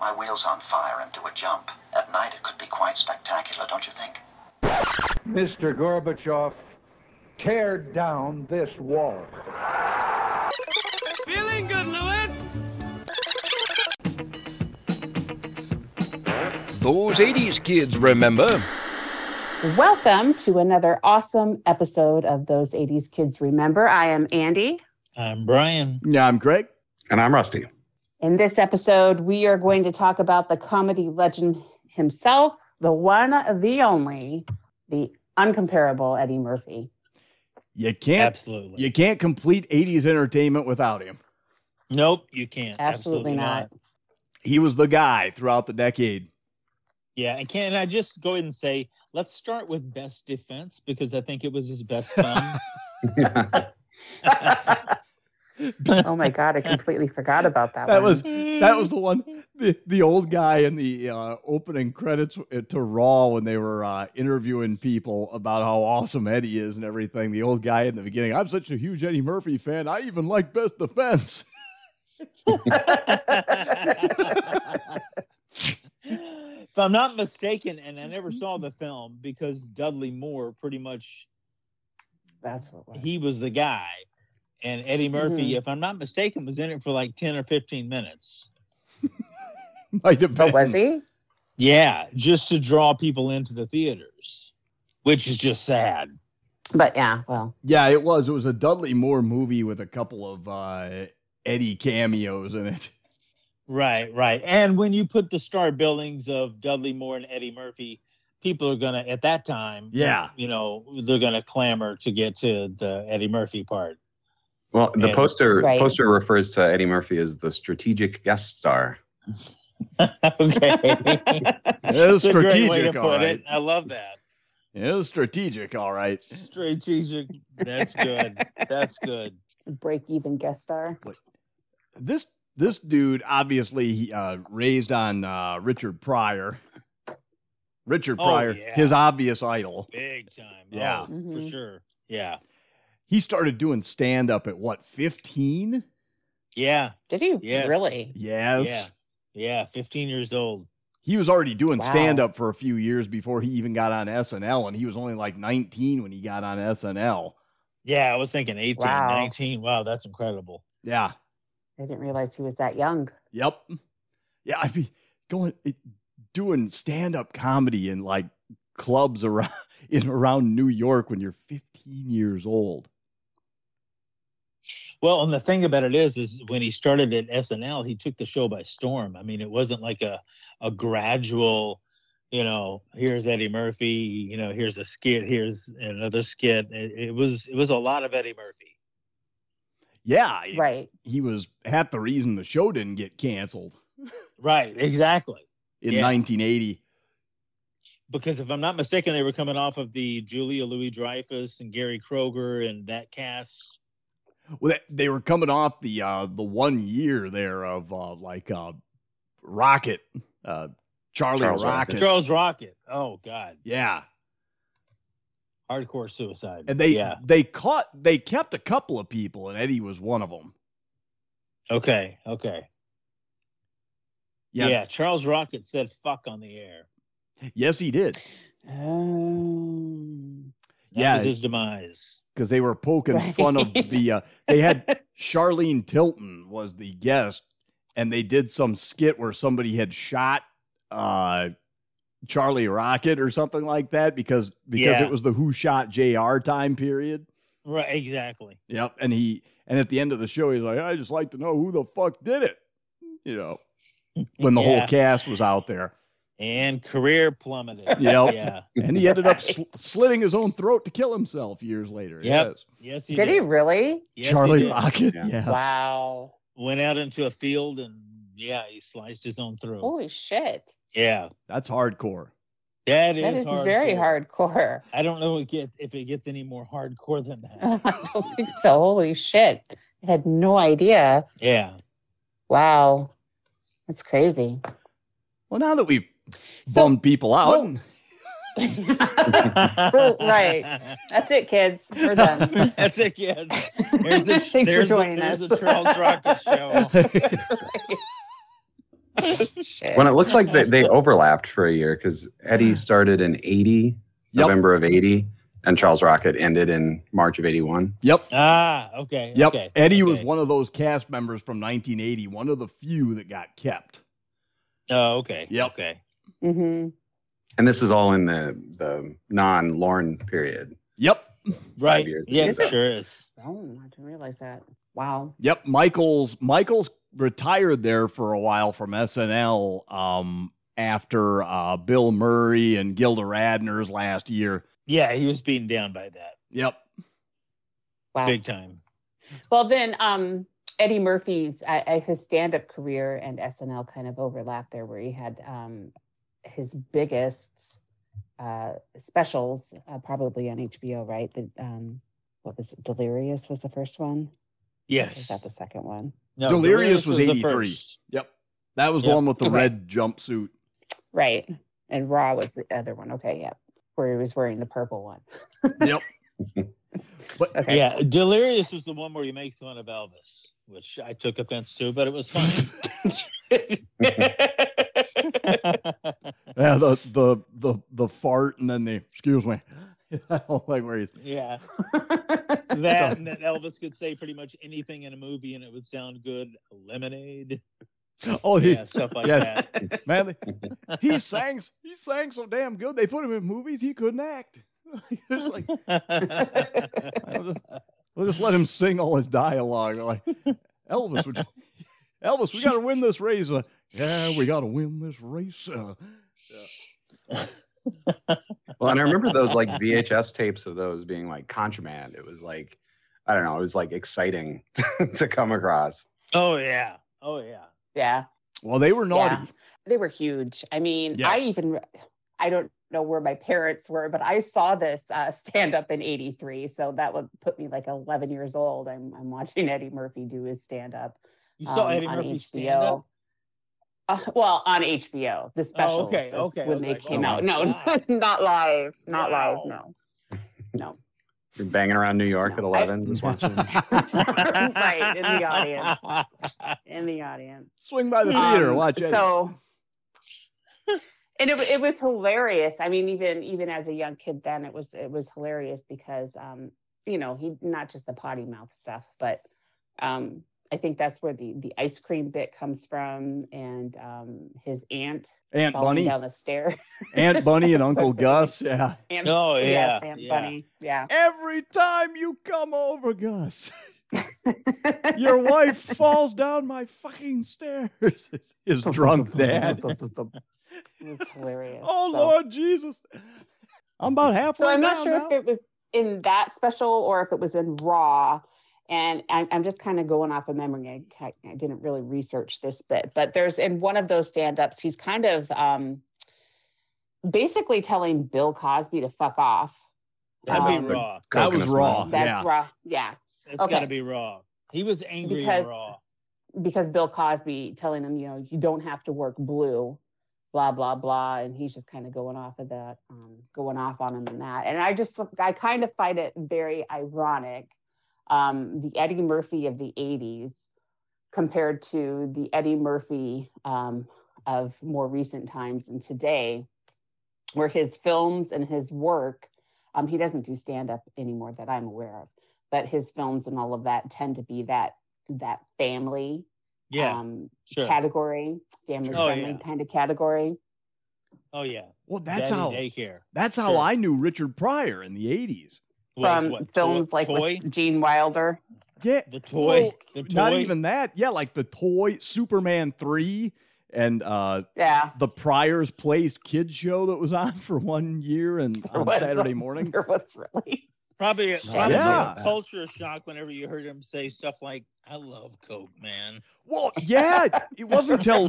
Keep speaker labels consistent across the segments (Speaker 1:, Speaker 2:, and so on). Speaker 1: my wheels on fire and do a jump. At night, it could be quite spectacular, don't you think?
Speaker 2: Mr. Gorbachev, tear down this wall.
Speaker 3: Feeling good, Lewis?
Speaker 4: Those 80s kids remember.
Speaker 5: Welcome to another awesome episode of Those 80s Kids Remember. I am Andy.
Speaker 6: I'm Um, Brian.
Speaker 7: Yeah, I'm Greg.
Speaker 8: And I'm Rusty.
Speaker 5: In this episode, we are going to talk about the comedy legend himself, the one, the only, the uncomparable Eddie Murphy.
Speaker 7: You can't
Speaker 6: Absolutely.
Speaker 7: you can't complete 80s entertainment without him.
Speaker 6: nope, you can't.
Speaker 5: Absolutely, not.
Speaker 7: He was the guy throughout the decade.
Speaker 6: Yeah, and can I just go ahead and say, let's start with best defense because I think it was his best film.
Speaker 5: Oh my God, I completely forgot about that,
Speaker 7: That
Speaker 5: one.
Speaker 7: was that was the one the, the old guy in the uh, opening credits to Raw when they were uh, interviewing people about how awesome Eddie is and everything. The old guy in the beginning, I'm such a huge Eddie Murphy fan. I even like Best Defense.
Speaker 6: if I'm not mistaken, and I never saw the film because Dudley Moore pretty much
Speaker 5: That's what it was.
Speaker 6: he was the guy. And Eddie Murphy,
Speaker 5: Mm-hmm.
Speaker 6: if I'm not mistaken, was in it for like 10 or 15 minutes.
Speaker 7: Might have
Speaker 5: But
Speaker 7: been.
Speaker 5: Oh, was he?
Speaker 6: Yeah, just to draw people into the theaters, which is just sad.
Speaker 5: But yeah, well,
Speaker 7: Yeah, it was. It was a Dudley Moore movie with a couple of uh, Eddie cameos in it.
Speaker 6: Right, right. And when you put the star buildings of Dudley Moore and Eddie Murphy, people are gonna at that time,
Speaker 7: Yeah.
Speaker 6: you know, they're gonna clamor to get to the Eddie Murphy part.
Speaker 8: well, the
Speaker 6: Yeah.
Speaker 8: poster
Speaker 5: Right.
Speaker 8: poster refers to Eddie Murphy as the strategic guest star.
Speaker 6: okay.
Speaker 7: It's
Speaker 6: That's a great way to
Speaker 7: strategic, all
Speaker 6: put
Speaker 7: right.
Speaker 6: it. I love that.
Speaker 7: It was strategic, all right.
Speaker 6: Strategic. That's good. That's good.
Speaker 5: break even guest star.
Speaker 7: This this dude obviously he, uh, raised on uh, Richard Pryor. Richard
Speaker 6: Oh,
Speaker 7: Pryor,
Speaker 6: yeah.
Speaker 7: his obvious idol.
Speaker 6: Big time.
Speaker 7: Yeah.
Speaker 6: Oh, for
Speaker 5: Mhm.
Speaker 6: sure. Yeah.
Speaker 7: He started doing stand up at what, 15?
Speaker 6: Yeah.
Speaker 5: Did he
Speaker 6: Yes.
Speaker 5: really?
Speaker 7: Yes.
Speaker 6: Yeah. Yeah. 15 years old.
Speaker 7: He was already doing
Speaker 5: Wow.
Speaker 7: stand up for a few years before he even got on SNL, and he was only like 19 when he got on SNL.
Speaker 6: Yeah, I was thinking 18,
Speaker 5: Wow.
Speaker 6: 19. Wow, that's incredible.
Speaker 7: Yeah.
Speaker 5: I didn't realize he was that young.
Speaker 7: Yep. Yeah, I'd be going it- doing stand up comedy in like clubs around in around New York when you're 15 years old.
Speaker 6: Well, and the thing about it is, is when he started at SNL, he took the show by storm. I mean, it wasn't like a a gradual, you know, here's Eddie Murphy, you know, here's a skit, here's another skit. It, it was it was a lot of Eddie Murphy.
Speaker 7: Yeah, it-
Speaker 5: Right.
Speaker 7: he was half the reason the show didn't get canceled
Speaker 6: Right, exactly.
Speaker 7: in
Speaker 6: Yeah.
Speaker 7: 1980.
Speaker 6: Because if I'm not mistaken, they were coming off of the Julia Louis Dreyfus and Gary Kroger and that cast.
Speaker 7: Well, that, they were coming off the uh the one year there of uh like uh Rocket uh Charlie
Speaker 8: Charles
Speaker 7: Rocket.
Speaker 8: Rocket.
Speaker 6: Charles Rocket. Oh God,
Speaker 7: Yeah.
Speaker 6: hardcore suicide.
Speaker 7: And they
Speaker 6: yeah.
Speaker 7: they caught they kept a couple of people and Eddie was one of them.
Speaker 6: Okay. Okay.
Speaker 7: Yeah.
Speaker 6: yeah. Charles Rocket said "fuck" on the air.
Speaker 7: Yes, he did.
Speaker 5: Um,
Speaker 6: That
Speaker 7: Yeah.
Speaker 6: was his demise.
Speaker 7: because they were poking
Speaker 5: Right.
Speaker 7: fun of the uh, they had Charlene Tilton was the guest, and they did some skit where somebody had shot uh, Charlie Rocket or something like that because because
Speaker 6: Yeah.
Speaker 7: it was the Who Shot Jr. time period.
Speaker 6: Right, exactly.
Speaker 7: Yep, and he and at the end of the show he's like, I just like to know who the fuck did it, you know, when the whole
Speaker 6: Yeah.
Speaker 7: cast was out there,
Speaker 6: and career plummeted.
Speaker 7: Yep.
Speaker 6: Yeah.
Speaker 7: and he ended up sl-
Speaker 5: Right.
Speaker 7: slitting his own throat to kill himself years later.
Speaker 6: Yep.
Speaker 7: Yes.
Speaker 6: Yes, he
Speaker 5: did,
Speaker 6: did.
Speaker 5: he really?
Speaker 6: Yes, he
Speaker 7: Charlie
Speaker 6: did.
Speaker 7: Rocket.
Speaker 8: Yeah.
Speaker 7: Yes.
Speaker 5: Wow.
Speaker 6: went out into a field and yeah, he sliced his own throat.
Speaker 5: Holy shit.
Speaker 6: Yeah,
Speaker 7: That's hardcore.
Speaker 6: that is
Speaker 5: That is very hardcore. Oh,
Speaker 6: I don't know it get, if it gets any more hardcore than that.
Speaker 5: I don't think so. Holy shit. I had no idea.
Speaker 6: yeah,
Speaker 5: Wow. That's crazy.
Speaker 7: Well, now that we've
Speaker 5: So-
Speaker 7: bummed people out,
Speaker 5: Well- right. That's it, kids. We're done.
Speaker 6: That's it, kid. There's a,
Speaker 5: Thanks for
Speaker 6: there's a-
Speaker 5: joining
Speaker 6: there's
Speaker 5: us.
Speaker 6: a Charles Rocket show.
Speaker 5: Shit.
Speaker 8: When it looks like they, they overlapped for a year because Eddie started in 80,
Speaker 7: Mm. Yep.
Speaker 8: November of 80, and Charles Rocket ended in March of 81.
Speaker 7: Yep.
Speaker 6: Ah, okay.
Speaker 7: Yep.
Speaker 6: Okay,
Speaker 7: Eddie was
Speaker 6: okay.
Speaker 7: one of those cast members from 1980, one of the few that got kept.
Speaker 6: Oh, okay.
Speaker 7: Yep.
Speaker 6: Okay.
Speaker 5: hmm
Speaker 8: And this is all in the, the non Lorne period.
Speaker 7: Yep.
Speaker 6: Right.
Speaker 8: years
Speaker 6: Yeah,
Speaker 8: is
Speaker 6: it
Speaker 8: up.
Speaker 6: sure is.
Speaker 5: Oh, I didn't realize that. Wow.
Speaker 7: Yep. Michaels Michaels retired there for a while from SNL um, after uh, Bill Murray and Gilda Radner's last year.
Speaker 6: Yeah, he was beaten down by that
Speaker 7: Yep.
Speaker 5: Wow.
Speaker 6: big time.
Speaker 5: Well, then um, Eddie Murphy's I, I, his stand-up career and SNL kind of overlapped there, where he had um, his biggest uh, specials, uh, probably on HBO. Right? The um, what was it? Delirious was the first one. Or
Speaker 6: Yes.
Speaker 5: Is that the second one?
Speaker 6: No,
Speaker 7: Delirious was
Speaker 6: the
Speaker 7: 83.
Speaker 6: first.
Speaker 7: Yep. That was the
Speaker 6: Yep.
Speaker 7: one with the
Speaker 5: Okay.
Speaker 7: red jumpsuit.
Speaker 5: Right. And Raw was the other one. Okay. Yep. Where he was wearing the purple one.
Speaker 7: Yep. But
Speaker 5: Okay.
Speaker 6: Yeah, Delirious was the one where he makes fun of Elvis, which I took offense to, but it was funny.
Speaker 7: yeah, the, the the the fart and then the excuse me. I don't like where he's
Speaker 6: yeah, that and that Elvis could say pretty much anything in a movie and it would sound good. Lemonade,
Speaker 7: Oh he,
Speaker 6: yeah, stuff like
Speaker 7: yeah.
Speaker 6: that.
Speaker 7: man he sang he sang so damn good they put him in movies he couldn't act. it's like I'll just, we'll just let him sing all his dialogue. Like Elvis, would you- Elvis, we got to win this race. Uh, yeah, we got to win this race. Uh,
Speaker 8: Well, and I remember those like VHS tapes of those being like contraband. It was like, I don't know, it was like exciting to come across.
Speaker 6: oh yeah, oh yeah.
Speaker 5: yeah.
Speaker 7: well, they were naughty.
Speaker 5: they were huge. I mean, I
Speaker 7: Yes.
Speaker 5: even I don't know where my parents were, but I saw this uh, stand up in '83, so that would put me like 11 years old. I'm I'm watching Eddie Murphy do his stand up.
Speaker 6: You saw
Speaker 5: Um,
Speaker 6: Eddie Murphy stand up. Oh,
Speaker 5: Uh, well, on HBO, the specials.
Speaker 6: okay,
Speaker 5: is
Speaker 6: okay. I
Speaker 5: When
Speaker 6: was
Speaker 5: they
Speaker 6: like,
Speaker 5: came
Speaker 8: oh
Speaker 5: out,
Speaker 6: my
Speaker 5: no,
Speaker 6: God.
Speaker 5: not live, not
Speaker 6: Wow.
Speaker 5: live, no, no.
Speaker 8: You're banging around New York at
Speaker 5: No, I-
Speaker 8: 11, just watching.
Speaker 5: right in the audience, in the audience.
Speaker 7: Swing by the theater,
Speaker 5: Um,
Speaker 7: watch it.
Speaker 5: So, and it, it was hilarious. I mean, even even as a young kid, then it was it was hilarious because um, you know he not just the potty mouth stuff, but um, I think that's where the the ice cream bit comes from, and um, his aunt
Speaker 7: Aunt
Speaker 5: falling
Speaker 7: Bunny,
Speaker 5: down the stair.
Speaker 7: Aunt Bunny, and Uncle
Speaker 5: Of course it
Speaker 7: Gus. Yeah.
Speaker 5: Aunt,
Speaker 6: Oh yeah,
Speaker 5: yes, Aunt
Speaker 6: yeah.
Speaker 5: Bunny. Yeah,
Speaker 7: Every time you come over, Gus, your wife falls down my fucking stairs. His- His drunk dad.
Speaker 5: it's hilarious.
Speaker 7: Oh
Speaker 5: So-
Speaker 7: Lord Jesus, I'm about halfway.
Speaker 5: So I'm not
Speaker 7: down
Speaker 5: sure
Speaker 7: now.
Speaker 5: if it was in that special or if it was in Raw. And I'm, I'm just kind of going off of memory. I, I- I didn't really research this bit, but there's in one of those stand ups, he's kind of um, basically telling Bill Cosby to fuck off.
Speaker 6: That'd
Speaker 5: Um,
Speaker 6: be raw.
Speaker 7: That was
Speaker 8: Coconut
Speaker 7: raw.
Speaker 8: smile.
Speaker 5: That's
Speaker 7: Yeah.
Speaker 5: raw. Yeah.
Speaker 6: It's
Speaker 5: Okay.
Speaker 6: gotta be raw. He was angry
Speaker 5: Because-
Speaker 6: and raw.
Speaker 5: Because Bill Cosby telling him, you know, you don't have to work blue, blah, blah, blah. And he's just kind of going off of that, um, going off on him and that. And I just, I kind of find it very ironic um, the Eddie Murphy of the 80s compared to the Eddie Murphy um, of more recent times and today, where his films and his work, um, he doesn't do stand up anymore that I'm aware of, but his films and all of that tend to be that that family
Speaker 6: Yeah,
Speaker 5: um,
Speaker 6: sure.
Speaker 5: category, family
Speaker 6: Oh,
Speaker 5: friendly
Speaker 6: yeah.
Speaker 5: kind of category.
Speaker 6: oh yeah.
Speaker 7: Well, that's
Speaker 6: Daddy
Speaker 7: how
Speaker 6: daycare
Speaker 7: that's how
Speaker 6: Sure.
Speaker 7: I knew Richard Pryor in the '80s.
Speaker 6: was
Speaker 5: from
Speaker 6: what, to-
Speaker 5: films like
Speaker 6: toy?
Speaker 5: with Gene Wilder.
Speaker 7: Yeah,
Speaker 6: the toy,
Speaker 7: well,
Speaker 6: the toy.
Speaker 7: not even that. Yeah, like the toy Superman three and uh
Speaker 5: Yeah.
Speaker 7: the Pryor's Place kids show that was on for one year and on
Speaker 5: was
Speaker 7: Saturday
Speaker 5: a-
Speaker 7: morning.
Speaker 5: There was really.
Speaker 6: probably, probably
Speaker 7: Yeah.
Speaker 6: a culture shock whenever you heard him say stuff like, "I love Coke, man."
Speaker 7: Well, yeah, it wasn't till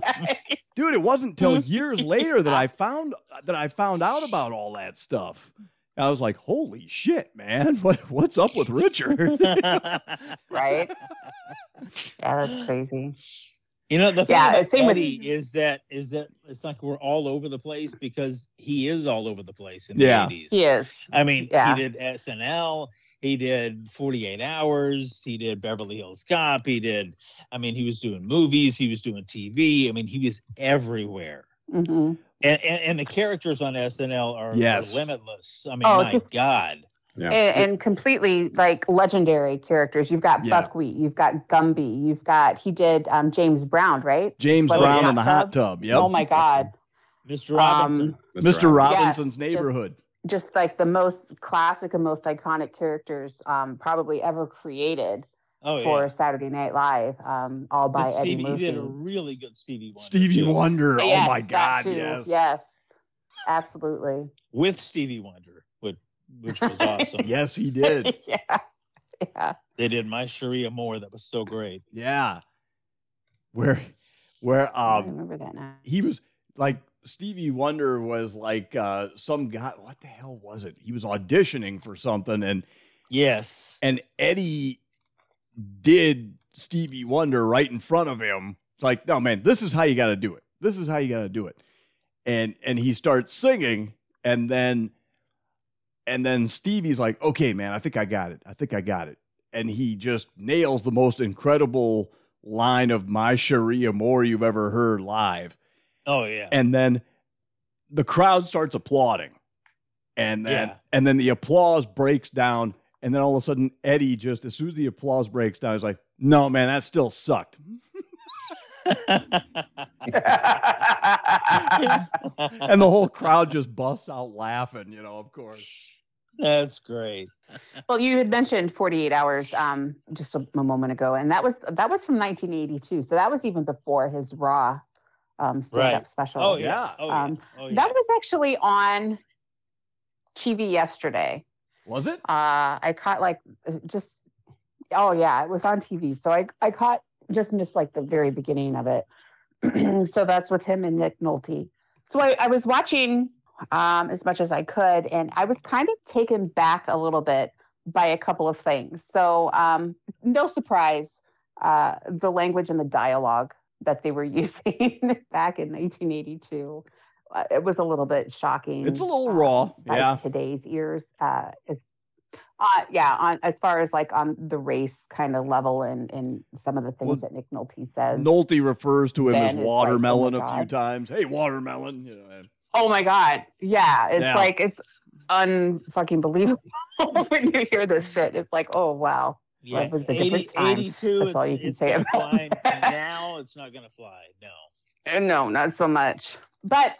Speaker 7: dude, it wasn't till years later that I found that I found out about all that stuff. I was like, "Holy shit, man! What what's up with Richard?"
Speaker 5: right? Yeah, that's crazy.
Speaker 6: You know the thing
Speaker 5: Yeah,
Speaker 6: about
Speaker 5: same with-
Speaker 6: Eddie is that is that it's like we're all over the place because he is all over the place in
Speaker 7: Yeah.
Speaker 6: the eighties.
Speaker 5: He is.
Speaker 6: I mean,
Speaker 5: Yeah.
Speaker 6: he did SNL. He did 48 Hours. He did Beverly Hills Cop. He did, I mean, he was doing movies. He was doing TV. I mean, he was everywhere.
Speaker 5: Mhm.
Speaker 6: And, and, and the characters on SNL are, are
Speaker 7: Yes.
Speaker 6: limitless. I mean,
Speaker 5: Oh,
Speaker 6: my
Speaker 5: just-
Speaker 6: God.
Speaker 5: and, and completely like legendary characters. You've got
Speaker 7: Yeah.
Speaker 5: Buckwheat, you've got Gumby, you've got he did um, James Brown, right?
Speaker 7: James
Speaker 5: Slept
Speaker 7: Brown
Speaker 5: the
Speaker 7: in the hot tub. Yep.
Speaker 5: Oh my God,
Speaker 6: Mr. Robinson.
Speaker 5: Um,
Speaker 7: Mr. Robinson's
Speaker 5: Yes, just-
Speaker 7: neighborhood.
Speaker 5: just like the most classic and most iconic characters um, probably ever created
Speaker 6: oh,
Speaker 5: for
Speaker 6: yeah.
Speaker 5: Saturday Night Live, um, all by
Speaker 6: But
Speaker 5: Eddie
Speaker 6: Stevie, he
Speaker 5: Murphy.
Speaker 6: did a really good Stevie Wonder.
Speaker 7: Stevie
Speaker 6: too.
Speaker 7: Wonder.
Speaker 5: Yes,
Speaker 7: oh my
Speaker 5: that
Speaker 7: God.
Speaker 5: too.
Speaker 7: Yes.
Speaker 5: yes, absolutely.
Speaker 6: With Stevie Wonder, which, which was awesome.
Speaker 7: Yes, he did.
Speaker 5: yeah, yeah.
Speaker 6: They did My Sharia Moore. That was so great.
Speaker 7: yeah. Where, where,
Speaker 5: I
Speaker 7: um,
Speaker 5: remember that now.
Speaker 7: he was like Stevie Wonder was like uh some guy what the hell was it? He was auditioning for something and
Speaker 6: Yes.
Speaker 7: and Eddie did Stevie Wonder right in front of him. It's like, "No man, this is how you got to do it. This is how you got to do it." And and he starts singing and then and then Stevie's like, "Okay, man, I think I got it. I think I got it." And he just nails the most incredible line of my Sharia more you've ever heard live
Speaker 6: Oh yeah.
Speaker 7: and then the crowd starts applauding and then
Speaker 6: Yeah.
Speaker 7: and then the applause breaks down and then all of a sudden eddie just as soon as the applause breaks down he's like no man that still sucked and the whole crowd just busts out laughing you know of course
Speaker 6: That's great.
Speaker 5: Well, you had mentioned 48 hours um, just a, a moment ago, and that was that was from 1982, so that was even before his Raw um, stand-up
Speaker 6: Right.
Speaker 5: special.
Speaker 6: Oh yeah.
Speaker 7: yeah.
Speaker 6: Oh yeah.
Speaker 5: Um,
Speaker 6: oh, yeah.
Speaker 5: That was actually on TV yesterday.
Speaker 7: was it
Speaker 5: Uh, I caught like uh, just oh yeah, it was on TV, so I I caught just missed like the very beginning of it. so that's with him and Nick Nolte. So I, I was watching um, as much as I could, and I was kind of taken back a little bit by a couple of things. So um, no surprise, uh, the language and the dialogue that they were using back in 1982. Uh, it was a little bit shocking.
Speaker 7: It's a little
Speaker 5: um,
Speaker 7: raw,
Speaker 5: by
Speaker 7: yeah.
Speaker 5: Today's ears, uh, is, uh, yeah. On as far as like on the race kind of level, and and some of the things
Speaker 7: Well,
Speaker 5: that Nick Nolte says.
Speaker 7: nolte refers to him
Speaker 5: Ben
Speaker 7: as
Speaker 5: is like, oh my
Speaker 7: watermelon a few
Speaker 5: God.
Speaker 7: times hey watermelon you know, and-
Speaker 5: oh my god yeah it's
Speaker 7: Yeah.
Speaker 5: like it's unfucking believable when you hear this shit it's like oh wow
Speaker 6: yeah.
Speaker 5: that was the
Speaker 6: 80
Speaker 5: different time.
Speaker 6: 82,
Speaker 5: That's
Speaker 6: it's,
Speaker 5: all you can
Speaker 6: it's
Speaker 5: say
Speaker 6: gonna
Speaker 5: about
Speaker 6: fly.
Speaker 5: that.
Speaker 6: Now it's not gonna fly. No.
Speaker 5: Uh, no not so much but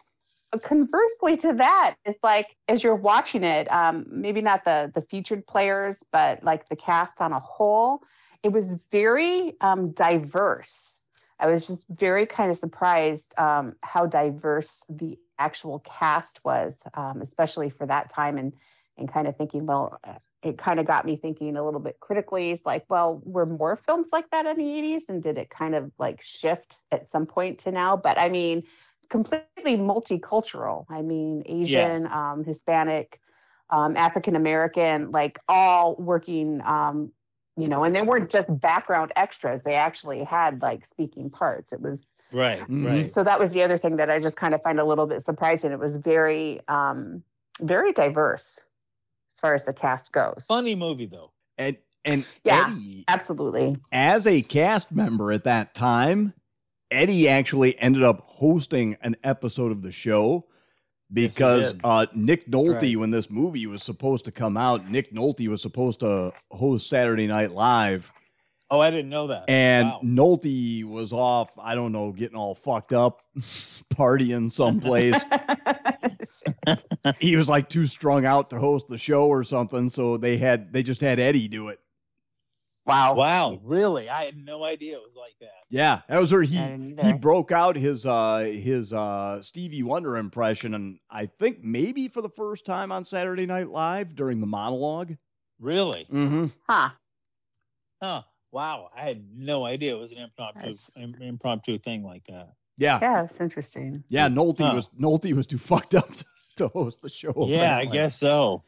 Speaker 5: conversely to that it's like as you're watching it um maybe not the the featured players but like the cast on a whole it was very um diverse i was just very kind of surprised um how diverse the actual cast was um especially for that time and and kind of thinking well uh, it kind of got me thinking a little bit critically it's like well were more films like that in the 80s and did it kind of like shift at some point to now but i mean completely multicultural i mean asian um, hispanic um, african american like all working um, you know and they weren't just background extras they actually had like speaking parts it was
Speaker 6: Right.
Speaker 7: Mhm.
Speaker 6: Right.
Speaker 5: so that was the other thing that i just kind of find a little bit surprising it was very um, very diverse as far as the cast goes
Speaker 6: Funny movie though.
Speaker 7: and and
Speaker 5: Yeah.
Speaker 7: eddie
Speaker 5: Absolutely.
Speaker 7: as a cast member at that time, Eddie actually ended up hosting an episode of the show
Speaker 6: he
Speaker 7: because
Speaker 6: did.
Speaker 7: uh, Nick Nolte,
Speaker 6: right.
Speaker 7: when this movie was supposed to come out, Nick Nolte was supposed to host Saturday Night Live,
Speaker 6: Oh, I didn't know that.
Speaker 7: and
Speaker 6: Wow.
Speaker 7: Nolte was off, I don't know, getting all fucked up, partying someplace. he was like too strung out to host the show or something, so they had they just had Eddie do it.
Speaker 5: wow.
Speaker 6: Wow. Really? I had no idea it was like that.
Speaker 7: Yeah, that was where he
Speaker 5: I didn't
Speaker 7: he
Speaker 5: either.
Speaker 7: broke out his uh his uh Stevie Wonder impression, and I think maybe for the first time on Saturday Night Live during the monologue.
Speaker 6: Really?
Speaker 5: Mm.
Speaker 7: Mm-hmm.
Speaker 5: Huh.
Speaker 6: Huh. Wow. I had no idea it was an impromptu
Speaker 5: That's-
Speaker 6: im- impromptu thing like that.
Speaker 7: Yeah, yeah.
Speaker 5: Yeah, it's interesting.
Speaker 7: Nolte
Speaker 6: Huh.
Speaker 7: was Nolte was too fucked up to, to host the show.
Speaker 5: Oh,
Speaker 6: yeah, I
Speaker 7: apparently.
Speaker 6: guess so.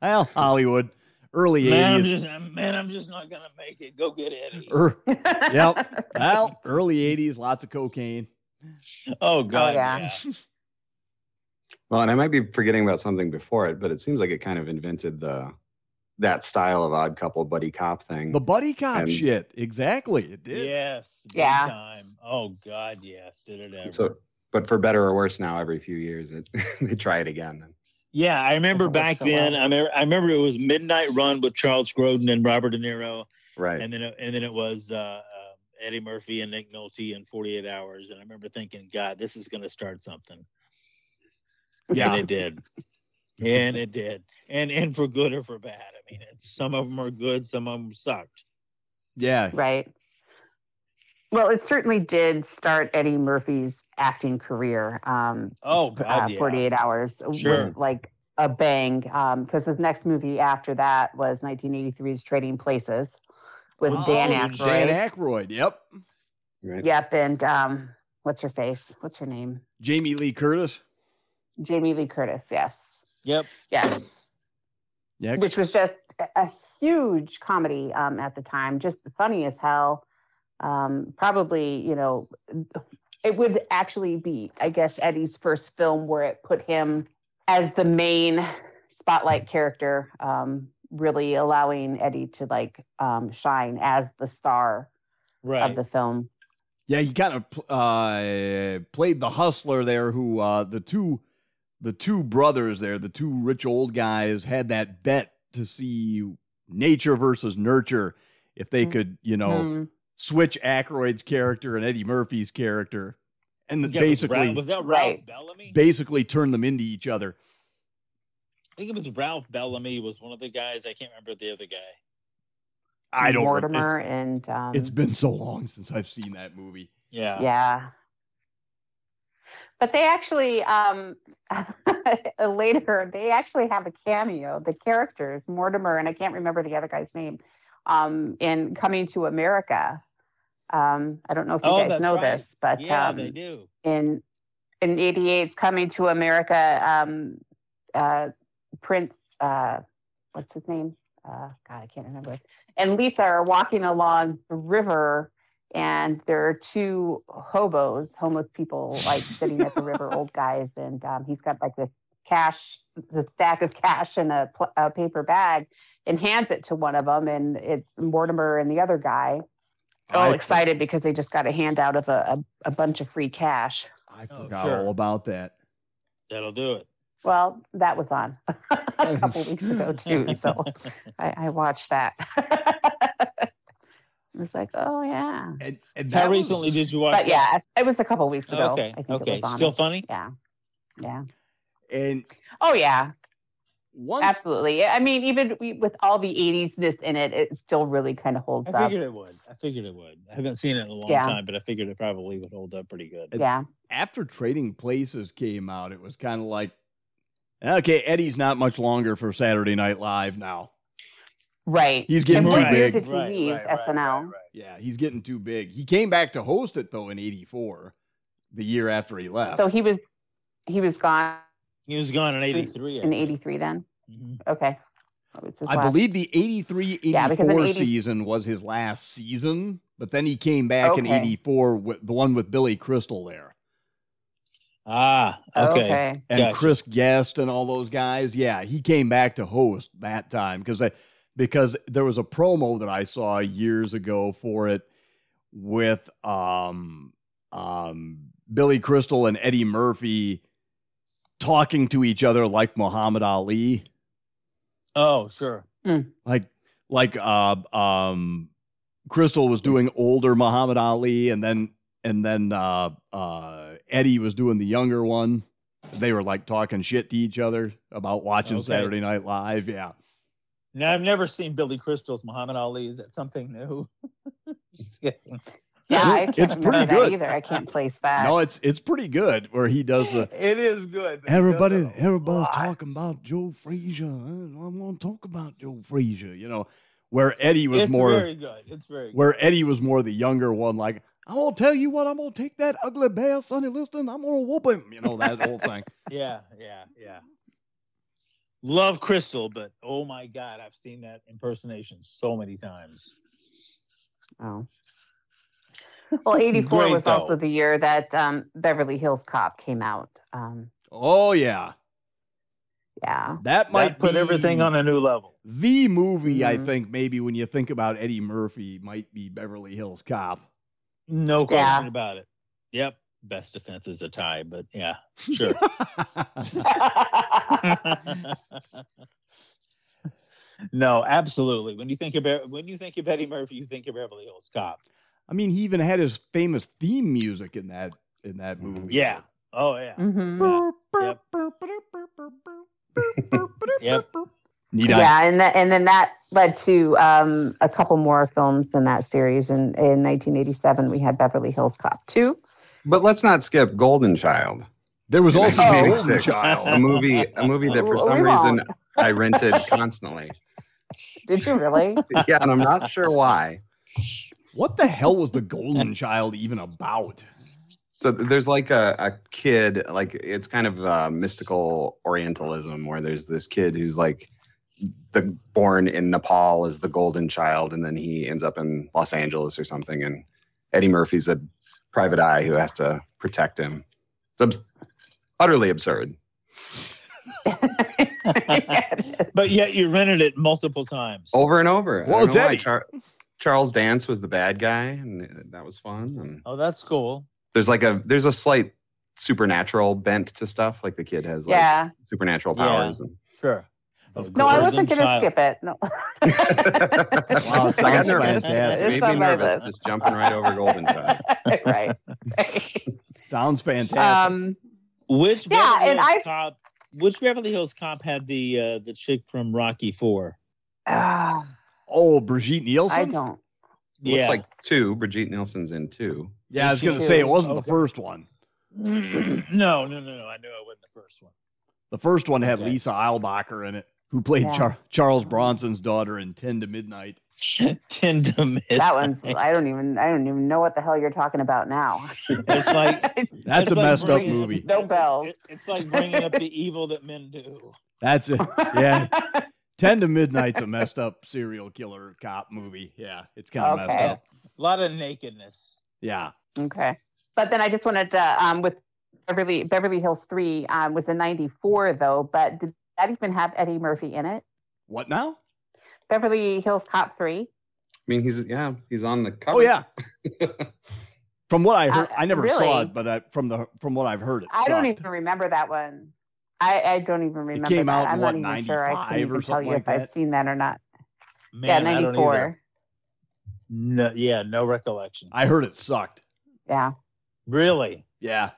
Speaker 7: Well, Hollywood, early
Speaker 6: Man, I'm
Speaker 7: '80s.
Speaker 6: just man, I'm just not gonna make it. Go get Eddie.
Speaker 7: er- well, early '80s, lots of cocaine.
Speaker 6: Oh God,
Speaker 5: yeah.
Speaker 6: yeah.
Speaker 8: Well, and I might be forgetting about something before it, but it seems like it kind of invented the that style of odd couple buddy cop thing.
Speaker 7: The buddy cop
Speaker 8: And-
Speaker 7: shit. Exactly. It did.
Speaker 6: Yes. big
Speaker 5: Yeah.
Speaker 6: Time. Oh God, yes. Did it ever?
Speaker 8: So, but for better or worse, now every few years it, they try it again.
Speaker 6: yeah, I remember
Speaker 5: It worked
Speaker 6: back
Speaker 5: so
Speaker 6: then.
Speaker 5: well.
Speaker 6: I remember, I remember it was Midnight Run with Charles Grodin and Robert De Niro,
Speaker 8: Right.
Speaker 6: and then it- and then it was uh, uh, Eddie Murphy and Nick Nolte in Forty Eight Hours. And I remember thinking, God, this is going to start something.
Speaker 7: Yeah.
Speaker 6: and it did, and it did, and and for good or for bad. I mean, it's, some of them are good, some of them sucked.
Speaker 7: Yeah.
Speaker 5: Right. Well, it certainly did start Eddie Murphy's acting career. Um,
Speaker 6: Oh God,
Speaker 5: uh,
Speaker 6: yeah.
Speaker 5: 48 hours with,
Speaker 6: Sure.
Speaker 5: like a bang because his next movie after that was 1983's Trading Places with
Speaker 6: Oh,
Speaker 5: Dan
Speaker 6: Dan
Speaker 5: Aykroyd.
Speaker 7: Dan Aykroyd. Yep.
Speaker 8: right.
Speaker 5: Yep, and um, what's her face? What's her name?
Speaker 7: Jamie Lee Curtis.
Speaker 5: Jamie Lee Curtis. Yes,
Speaker 6: Yep.
Speaker 5: yes.
Speaker 7: Yeah.
Speaker 5: Which was just a- a huge comedy um, at the time, just funny as hell. Um, probably, you know, it would actually be, I guess, Eddie's first film where it put him as the main spotlight character, um, really allowing Eddie to like um, shine as the star
Speaker 6: Right.
Speaker 5: of the film.
Speaker 7: Yeah, he kind of uh, played the hustler there. Who uh, the two, the two brothers there, the two rich old guys had that bet to see nature versus nurture, if they
Speaker 6: Hmm.
Speaker 5: Mm.
Speaker 7: could, you know,
Speaker 5: Mm.
Speaker 7: switch Aykroyd's character and Eddie Murphy's character, and
Speaker 6: Yeah, was Ra-
Speaker 7: basically,
Speaker 6: was, that Ralph
Speaker 5: Right.
Speaker 6: Bellamy?
Speaker 7: basically turn them into each other.
Speaker 6: I think it was Ralph Bellamy was one of the guys. I can't remember the other guy.
Speaker 7: I don't. rem-
Speaker 5: Mortimer and
Speaker 6: Hmm.
Speaker 5: um,
Speaker 7: it's been so long since I've seen that movie.
Speaker 6: Yeah.
Speaker 5: yeah but they actually um later they actually have a cameo the characters mortimer and i can't remember the other guy's name um in coming to america um i don't know if you
Speaker 6: Oh,
Speaker 5: guys
Speaker 6: that's
Speaker 5: know
Speaker 6: right.
Speaker 5: this but
Speaker 6: Yeah,
Speaker 5: um,
Speaker 6: they do.
Speaker 5: in in 88's coming to america um uh prince uh what's his name uh god i can't remember and lisa are walking along the river and there are two hobos homeless people like sitting at the river old guys and um, he's got like this cash the stack of cash in a, pl- a paper bag and hands it to one of them and it's mortimer and the other guy all
Speaker 7: I-
Speaker 5: excited because they just got a handout of a, a, a bunch of free cash
Speaker 7: I
Speaker 6: Oh,
Speaker 7: forgot
Speaker 6: sure.
Speaker 7: all about that.
Speaker 6: That'll do it.
Speaker 5: Well, that was on a couple weeks ago too, so I, I watched that. It's like, oh yeah,
Speaker 7: And, and
Speaker 6: How
Speaker 7: that was-
Speaker 6: recently did you watch?
Speaker 5: but yeah, it was a couple weeks
Speaker 6: that?
Speaker 5: ago.
Speaker 6: Okay.
Speaker 5: I think
Speaker 6: Okay.
Speaker 5: it was on.
Speaker 6: Still funny.
Speaker 5: yeah, yeah.
Speaker 7: And
Speaker 5: Oh yeah,
Speaker 7: once
Speaker 5: absolutely. I mean, even we, with all the '80s-ness in it, it still really kind of holds
Speaker 6: I
Speaker 5: up.
Speaker 6: figured it would. I figured it would. I haven't seen it in a long
Speaker 5: Yeah.
Speaker 6: time, but I figured it probably would hold up pretty good.
Speaker 5: Yeah,
Speaker 7: after Trading Places came out, it was kind of like, okay, Eddie's not much longer for Saturday Night Live now.
Speaker 5: right.
Speaker 7: He's getting
Speaker 5: and
Speaker 7: too
Speaker 5: what year
Speaker 7: big.
Speaker 5: did he leave SNL?
Speaker 7: Yeah, he's getting too big. He came back to host it though in '84, the year after he left.
Speaker 5: So he was he was gone
Speaker 6: He was gone in '83.
Speaker 5: in '83 then.
Speaker 6: Mm-hmm.
Speaker 5: Okay, That was his
Speaker 7: I
Speaker 5: last-
Speaker 7: believe the 83
Speaker 5: Yeah, because in
Speaker 7: 84
Speaker 5: 80
Speaker 7: season was his last season, but then he came back in
Speaker 5: Okay.
Speaker 7: 84 with the one with Billy Crystal there
Speaker 6: Ah. Okay.
Speaker 5: okay.
Speaker 7: and
Speaker 6: Gotcha.
Speaker 7: Chris Guest and all those guys. Yeah, he came back to host that time because I because there was a promo that I saw years ago for it with um um Billy Crystal and Eddie Murphy talking to each other like Muhammad Ali.
Speaker 6: Oh, sure.
Speaker 7: like like uh um crystal was doing older muhammad ali and then and then uh uh eddie was doing the younger one they were like talking shit to each other about watching
Speaker 6: Okay.
Speaker 7: saturday night live yeah
Speaker 6: Now I've never seen Billy Crystal's Muhammad Ali. Is that something new? Just kidding.
Speaker 5: Yeah, I
Speaker 7: It's
Speaker 5: can't
Speaker 7: pretty
Speaker 5: remember that
Speaker 7: good.
Speaker 5: either. I can't place that.
Speaker 7: no it's it's pretty good where he does the
Speaker 6: it is good. but he does it
Speaker 7: everybody
Speaker 6: a
Speaker 7: everybody's
Speaker 6: lot.
Speaker 7: talking about joe frazier i'm gonna talk about joe frazier you know where eddie was
Speaker 6: it's
Speaker 7: more
Speaker 6: very good. It's very good.
Speaker 7: where Eddie was more the younger one, like, I'm gonna tell you what, I'm gonna take that ugly bear, Sonny Liston, I'm gonna whoop him, you know, that whole thing.
Speaker 6: Yeah, yeah, yeah. Love Crystal, but oh my god, I've seen that impersonation so many times.
Speaker 5: Oh. Well, 84
Speaker 6: Great,
Speaker 5: was also
Speaker 6: though.
Speaker 5: the year that um, Beverly Hills Cop came out. Um,
Speaker 7: Oh yeah.
Speaker 5: Yeah.
Speaker 7: That might
Speaker 6: That put
Speaker 7: be
Speaker 6: everything on a Mm-hmm. new level.
Speaker 7: the movie. I
Speaker 5: Mhm.
Speaker 7: think maybe when you think about Eddie Murphy, might be Beverly Hills Cop.
Speaker 6: No
Speaker 5: Yeah.
Speaker 6: question about it. Yep. Best defense is a tie, but yeah, sure. no, absolutely. When you think about when you think of Eddie Murphy, you think of Beverly Hills Cop.
Speaker 7: I mean, he even had his famous theme music in that in
Speaker 6: Mm-hmm.
Speaker 7: that
Speaker 8: Mhm.
Speaker 7: movie.
Speaker 6: Yeah. Oh yeah.
Speaker 5: Mhm.
Speaker 6: Yep. Yep.
Speaker 7: Need I-
Speaker 5: Yeah, and that, and then that led to um, a couple more films in that series. And in 1987, we had Beverly Hills Cop 2.
Speaker 8: But let's not skip Golden Child,
Speaker 7: There was also
Speaker 5: Oh.
Speaker 7: Golden
Speaker 8: 86.
Speaker 7: Child.
Speaker 8: a movie, a movie that for
Speaker 5: We
Speaker 8: some
Speaker 5: won't.
Speaker 8: reason I rented constantly.
Speaker 5: Did you really?
Speaker 8: Yeah, and I'm not sure why.
Speaker 7: What the hell was the Golden Child even about?
Speaker 8: So th- there's like a, a kid, like it's kind of uh, mystical Orientalism where there's this kid who's like the born in Nepal as the golden child, and then he ends up in Los Angeles or something, and Eddie Murphy's a private eye who has to protect him. It's abs- utterly absurd.
Speaker 6: But yet you rented it multiple times.
Speaker 8: Over and over. I
Speaker 7: Well,
Speaker 8: don't know why.
Speaker 7: Eddie.
Speaker 8: Char- Charles Dance was the bad guy, and th- that was fun. And
Speaker 6: Oh, that's cool.
Speaker 8: there's like a there's a slight supernatural bent to stuff. Like the kid has like
Speaker 5: yeah.
Speaker 8: supernatural
Speaker 6: Yeah.
Speaker 8: powers. And-
Speaker 6: Sure.
Speaker 7: Of
Speaker 5: No, I
Speaker 7: course.
Speaker 5: wasn't going to
Speaker 6: Golden
Speaker 5: skip it. No.
Speaker 7: Wow,
Speaker 8: I
Speaker 7: it
Speaker 8: got
Speaker 7: sounds
Speaker 8: nervous.
Speaker 7: fantastic.
Speaker 5: It's
Speaker 8: It made
Speaker 5: on
Speaker 8: me
Speaker 5: my
Speaker 8: nervous
Speaker 5: list.
Speaker 8: just jumping right over Golden Child.
Speaker 5: right.
Speaker 7: Sounds fantastic.
Speaker 5: um,
Speaker 6: Which
Speaker 5: Yeah,
Speaker 6: Beverly
Speaker 5: and
Speaker 6: Hills
Speaker 5: I-
Speaker 6: Cop? Which Beverly Hills Cop had the uh, the chick from Rocky Four?
Speaker 5: ah,
Speaker 7: oh, Brigitte Nielsen.
Speaker 5: I don't.
Speaker 8: Looks like two. Brigitte Nielsen's in two.
Speaker 7: yeah, I was
Speaker 6: She
Speaker 7: gonna
Speaker 5: too.
Speaker 7: say it wasn't
Speaker 6: Okay.
Speaker 7: the first one.
Speaker 6: no, no, no, no. I knew it wasn't the first one.
Speaker 7: The first one had
Speaker 6: Okay.
Speaker 7: Lisa Eilbacher in it, who played
Speaker 5: Yeah.
Speaker 7: Char- Charles Bronson's daughter in Ten to Midnight.
Speaker 6: Ten to midnight.
Speaker 5: That one's. I don't even. I don't even know what the hell you're talking about now.
Speaker 6: It's like
Speaker 7: That's
Speaker 6: it's
Speaker 7: a
Speaker 6: like
Speaker 7: messed up
Speaker 6: bringing-
Speaker 7: movie.
Speaker 5: No bells.
Speaker 6: It's, it's like bringing up the evil that men do.
Speaker 7: That's it. Yeah, Ten to Midnight's a messed up serial killer cop movie. Yeah, it's kind of
Speaker 5: Okay.
Speaker 7: messed up.
Speaker 6: A lot of nakedness.
Speaker 7: Yeah,
Speaker 5: Okay. But then I just wanted to um with Beverly Beverly Hills 3 um was in 94 though, but did that even have Eddie Murphy in it?
Speaker 7: what now?
Speaker 5: Beverly Hills Cop 3.
Speaker 8: I mean, he's yeah, he's on the cover.
Speaker 7: Oh yeah. from what I heard,
Speaker 5: Uh,
Speaker 7: I never saw
Speaker 5: really?
Speaker 7: it, but I, from the from what I've heard, it
Speaker 5: I don't
Speaker 7: sucked.
Speaker 5: even remember that one. I, I don't even remember
Speaker 7: came
Speaker 5: that.
Speaker 7: out in,
Speaker 5: I'm
Speaker 7: what,
Speaker 5: not even sure. I
Speaker 7: 95
Speaker 5: couldn't
Speaker 7: or
Speaker 5: even tell
Speaker 7: something
Speaker 5: you
Speaker 7: like
Speaker 5: if I've
Speaker 7: that?
Speaker 5: seen that or not.
Speaker 6: Man,
Speaker 5: yeah,
Speaker 6: I don't either.
Speaker 5: 94.
Speaker 6: No, yeah, no recollection.
Speaker 7: I heard it sucked.
Speaker 5: Yeah.
Speaker 6: Really?
Speaker 7: Yeah,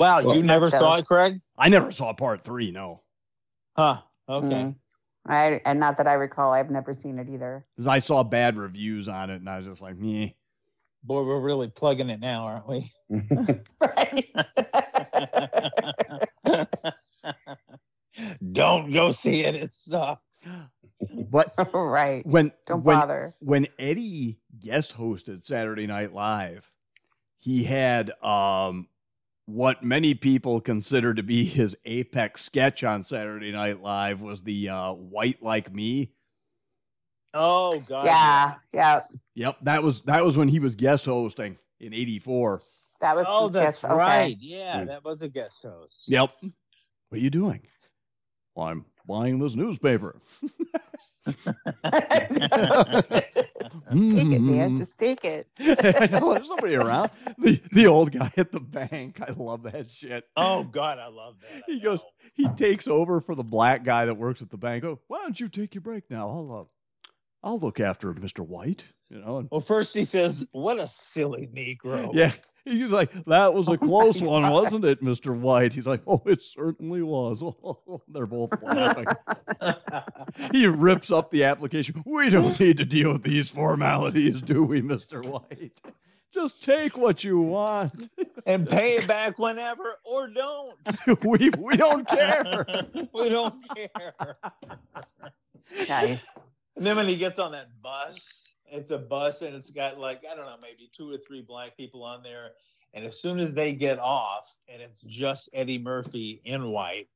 Speaker 6: Wow,
Speaker 8: Well-
Speaker 6: you never
Speaker 5: Must have.
Speaker 6: saw it, Craig?
Speaker 7: I never saw part three. No,
Speaker 6: Huh. Okay.
Speaker 5: Mm. I and not that I recall. I've never seen it either.
Speaker 7: 'Cause I saw bad reviews on it, and I was just like, meh.
Speaker 6: Boy, we're really plugging it now, aren't we?
Speaker 5: Right.
Speaker 6: don't go see it. It sucks.
Speaker 7: But
Speaker 5: right.
Speaker 7: when
Speaker 5: Don't
Speaker 7: when
Speaker 5: bother.
Speaker 7: when Eddie guest hosted Saturday Night Live, he had um what many people consider to be his apex sketch on Saturday Night Live was the uh, "White Like Me."
Speaker 6: Oh God.
Speaker 5: yeah. Yeah.
Speaker 7: Yep, that was that was when he was guest hosting in '84.
Speaker 5: That was
Speaker 6: Oh,
Speaker 5: his
Speaker 6: that's
Speaker 5: guess. Okay.
Speaker 6: right. Yeah,
Speaker 8: Mm.
Speaker 6: that was a guest host.
Speaker 7: Yep. What are you doing? Well, I'm buying this newspaper.
Speaker 5: Take it,
Speaker 7: Mhm.
Speaker 5: Dan. Just take it.
Speaker 7: I know there's somebody around. The the old guy at the bank. I love that shit.
Speaker 6: Oh God, I love that. I
Speaker 7: He goes-
Speaker 6: know.
Speaker 7: he takes over for the black guy that works at the bank. Oh, why don't you take your break now? I'll uh, I'll look after Mr. White. You know, and
Speaker 6: Well, first he says, "What a silly Negro."
Speaker 7: yeah, he's like, that was a close one,
Speaker 5: God.
Speaker 7: wasn't it, Mr. White? He's like, oh, it certainly was. Oh, They're both laughing. he rips up the application. We don't need to deal with these formalities, do we, Mr. White? Just take what you want.
Speaker 6: and pay it back whenever or don't.
Speaker 7: we we don't care.
Speaker 6: we don't care.
Speaker 5: Nice.
Speaker 6: And then when he gets on that bus, it's a bus and it's got like, I don't know, maybe two or three black people on there. And as soon as they get off and it's just Eddie Murphy in white,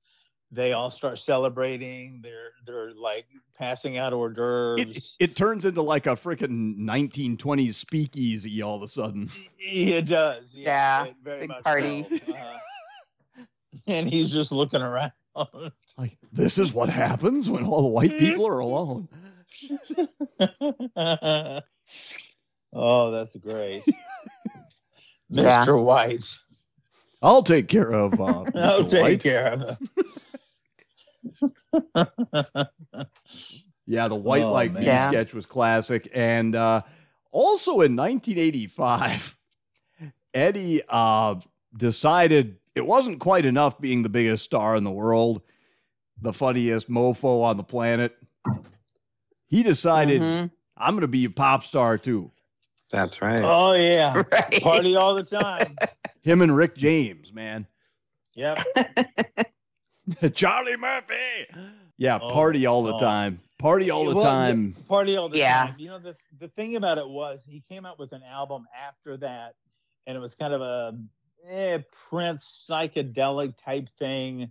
Speaker 6: they all start celebrating. They're they're like passing out hors
Speaker 7: It,
Speaker 6: d'oeuvres.
Speaker 7: it turns into like a freaking 1920s speakeasy all of a sudden.
Speaker 6: It, does.
Speaker 5: Yeah,
Speaker 6: it very
Speaker 5: big
Speaker 6: much
Speaker 5: party.
Speaker 6: so. Uh-huh. and he's just looking around. alone.
Speaker 7: Like this is what happens when all the white people are alone.
Speaker 6: oh, that's great.
Speaker 5: Yeah.
Speaker 6: Mr. White.
Speaker 7: I'll take care of. Uh,
Speaker 6: I'll
Speaker 7: Mr.
Speaker 6: take
Speaker 7: White.
Speaker 6: care of it.
Speaker 7: Yeah, the white
Speaker 6: Oh,
Speaker 7: like
Speaker 6: man.
Speaker 7: me
Speaker 5: Yeah.
Speaker 7: sketch was classic, and uh, also in 1985, Eddie uh, decided it wasn't quite enough being the biggest star in the world, the funniest mofo on the planet. He decided
Speaker 6: Mm-hmm.
Speaker 5: Mhm.
Speaker 7: I'm going to be a pop star too.
Speaker 8: That's right.
Speaker 6: oh
Speaker 5: Mm-hmm.
Speaker 6: yeah.
Speaker 8: Right.
Speaker 6: Party all the time.
Speaker 7: Him and Rick James, man,
Speaker 6: Yep.
Speaker 7: Charlie Murphy. Yeah,
Speaker 6: Oh,
Speaker 7: party all the
Speaker 6: song.
Speaker 7: time, party all the
Speaker 6: Well,
Speaker 7: time.
Speaker 6: Party all the
Speaker 5: Yeah.
Speaker 6: time. You know, the, the thing about it was he came out with an album after that, and it was kind of a eh, Prince psychedelic type thing.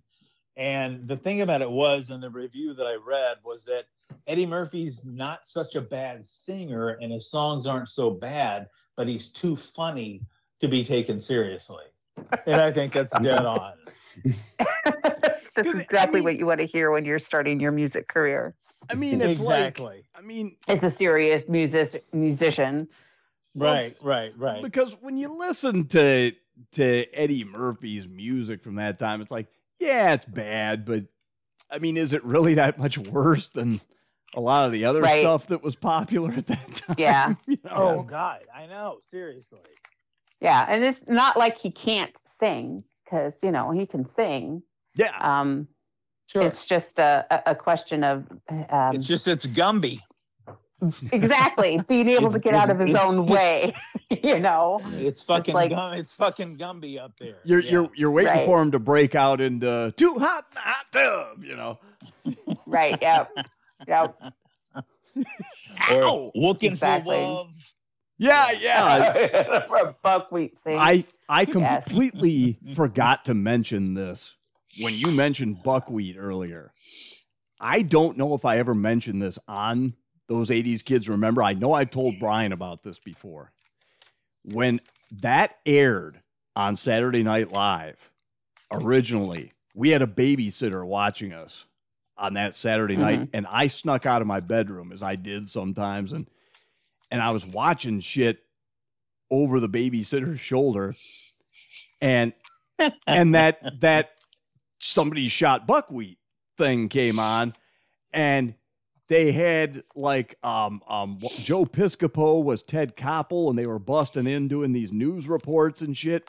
Speaker 6: And the thing about it was, in the review that I read, was that Eddie Murphy's not such a bad singer, and his songs aren't so bad, but he's too funny to be taken seriously. And I think that's dead on.
Speaker 5: That's
Speaker 7: I
Speaker 5: exactly
Speaker 7: mean-
Speaker 5: what you want to hear when you're starting your music career.
Speaker 7: I mean, it's
Speaker 6: exactly.
Speaker 7: like I mean,
Speaker 5: As a serious music musician.
Speaker 6: right. Right. Right.
Speaker 7: Because when you listen to to Eddie Murphy's music from that time, it's like, yeah, it's bad, but I mean, is it really that much worse than a lot of the other
Speaker 5: Right.
Speaker 7: stuff that was popular at that time?
Speaker 5: Yeah.
Speaker 7: You know?
Speaker 6: Oh God, I know. Seriously.
Speaker 5: Yeah. And it's not like he can't sing because, you know, he can sing.
Speaker 7: yeah.
Speaker 5: Um,
Speaker 6: Sure.
Speaker 5: It's just a, a- a question of um,
Speaker 6: It's just it's Gumby.
Speaker 5: exactly being able
Speaker 6: It's-
Speaker 5: to get out
Speaker 6: it's-
Speaker 5: of his
Speaker 6: it's-
Speaker 5: own way, you know?
Speaker 6: It's fucking
Speaker 5: like-
Speaker 6: Gum, it's fucking Gumby up there.
Speaker 7: You're
Speaker 6: Yeah.
Speaker 7: you're you're waiting
Speaker 5: Right.
Speaker 7: for him to break out into too hot in the hot tub, you know.
Speaker 5: Right. Yep. Yep.
Speaker 6: or looking
Speaker 5: Exactly.
Speaker 6: for love.
Speaker 7: Yeah, yeah.
Speaker 5: From buckwheat seeds.
Speaker 7: I I
Speaker 5: Yes.
Speaker 7: completely forgot to mention this when you mentioned buckwheat earlier. I don't know if I ever mentioned this on those 80s kids remember. I know I've told Brian about this before. When that aired on Saturday Night Live originally, we had a babysitter watching us on that Saturday night and I snuck out of my bedroom as I did sometimes and and I was watching shit over the babysitter's shoulder and and that that somebody shot buckwheat thing came on and they had like um um Joe Piscopo was Ted Koppel and they were busting in doing these news reports and shit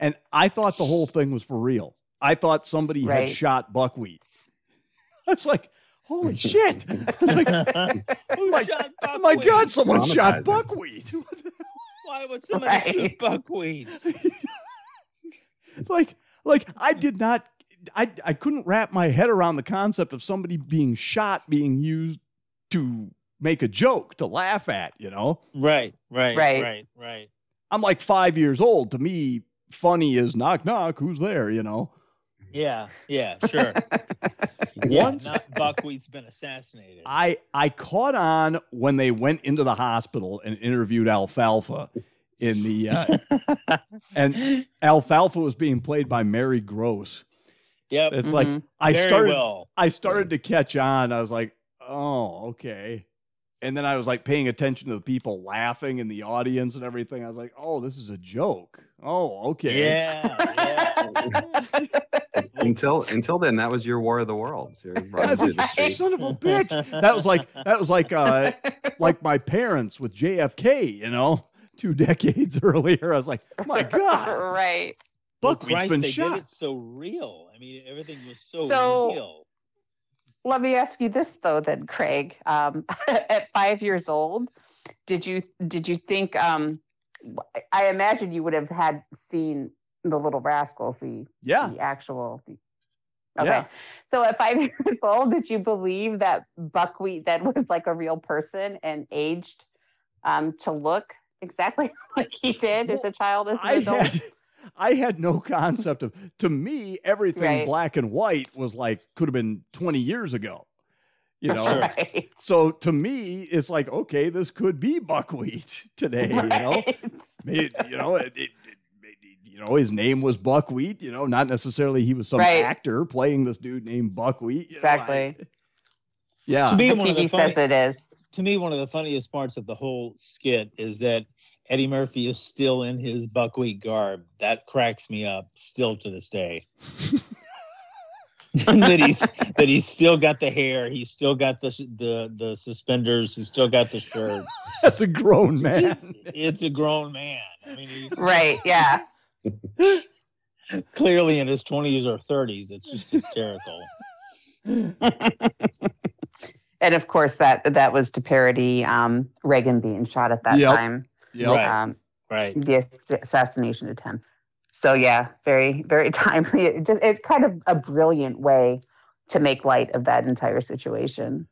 Speaker 7: and I thought the whole thing was for real. I thought somebody
Speaker 5: Right.
Speaker 7: had shot buckwheat. I was like, holy shit. I was like,
Speaker 6: Who
Speaker 7: my-
Speaker 6: shot
Speaker 7: oh my God,
Speaker 6: buckwheat?
Speaker 7: someone shot
Speaker 8: Traumatizing.
Speaker 7: buckwheat.
Speaker 6: Why would somebody shoot
Speaker 5: Right.
Speaker 6: buckwheat?
Speaker 7: It's like like I did not I I couldn't wrap my head around the concept of somebody being shot being used to make a joke to laugh at, you know.
Speaker 6: Right, right,
Speaker 5: Right.
Speaker 6: right, right.
Speaker 7: I'm like 5 years old. To me, funny is knock knock, who's there, you know.
Speaker 6: Yeah, yeah, sure. yeah,
Speaker 7: Once-
Speaker 6: not buckwheat's been assassinated.
Speaker 7: I I caught on when they went into the hospital and interviewed Alfalfa in the uh, and Alfalfa was being played by Mary Gross.
Speaker 6: yep.
Speaker 7: It's like
Speaker 5: Mhm.
Speaker 7: I
Speaker 6: very
Speaker 7: started
Speaker 6: well.
Speaker 7: I started to catch on. I was like, oh, okay. And then I was like paying attention to the people laughing in the audience and everything. I was like, oh, this is a joke. Oh, okay.
Speaker 6: Yeah, yeah.
Speaker 8: Until until then, that was your War of the Worlds. You were brought
Speaker 7: I was
Speaker 8: into the
Speaker 7: like,
Speaker 8: streets.
Speaker 7: son of a bitch. That was like that was like uh like my parents with JFK, you know, two decades earlier. I was like, oh my God,
Speaker 5: right.
Speaker 6: Well,
Speaker 7: Buckwheat's
Speaker 6: Oh, Christ,
Speaker 7: been
Speaker 6: they
Speaker 7: shot.
Speaker 6: did it so real. I mean, everything was so,
Speaker 5: So-
Speaker 6: real.
Speaker 5: Let me ask you this though, then, Craig. Um, at five years old, did you did you think? Um, I imagine you would have had seen the Little Rascals, the,
Speaker 7: Yeah.
Speaker 5: the actual. The, okay.
Speaker 7: Yeah.
Speaker 5: So at five years old, did you believe that buckwheat then was like a real person and aged um, to look exactly like he did as a child as
Speaker 7: I
Speaker 5: an adult?
Speaker 7: had, I had no concept of to me everything
Speaker 5: Right.
Speaker 7: black and white was like could have been 20 years ago. You know,
Speaker 6: Sure.
Speaker 5: Right.
Speaker 7: So to me, it's like, okay, this could be buckwheat today. You know,
Speaker 5: Right.
Speaker 7: May- you know, it, it, it, you know, his name was Buckwheat. You know, not necessarily he was some
Speaker 5: Right.
Speaker 7: actor playing this dude named Buckwheat. you know, I-
Speaker 5: Exactly.
Speaker 7: yeah.
Speaker 6: To be
Speaker 5: The
Speaker 6: one of the
Speaker 5: TV
Speaker 6: funny-
Speaker 5: says it is.
Speaker 6: to me, one of the funniest parts of the whole skit is that Eddie Murphy is still in his buckwheat garb. That cracks me up still to this day. that he's that he's still got the hair, he's still got the the the suspenders, he's still got the shirt.
Speaker 7: That's a grown man.
Speaker 6: It's, it's a grown man. I mean, he's
Speaker 5: Right. Yeah.
Speaker 6: clearly in his twenties or thirties. It's just hysterical.
Speaker 5: And of course that that was to parody um, Reagan being shot at that
Speaker 7: Yep.
Speaker 5: time.
Speaker 7: Yeah.
Speaker 6: Right.
Speaker 5: Um,
Speaker 6: Right.
Speaker 5: the ass- assassination attempt. So yeah, very very timely. It just it's kind of a brilliant way to make light of that entire situation.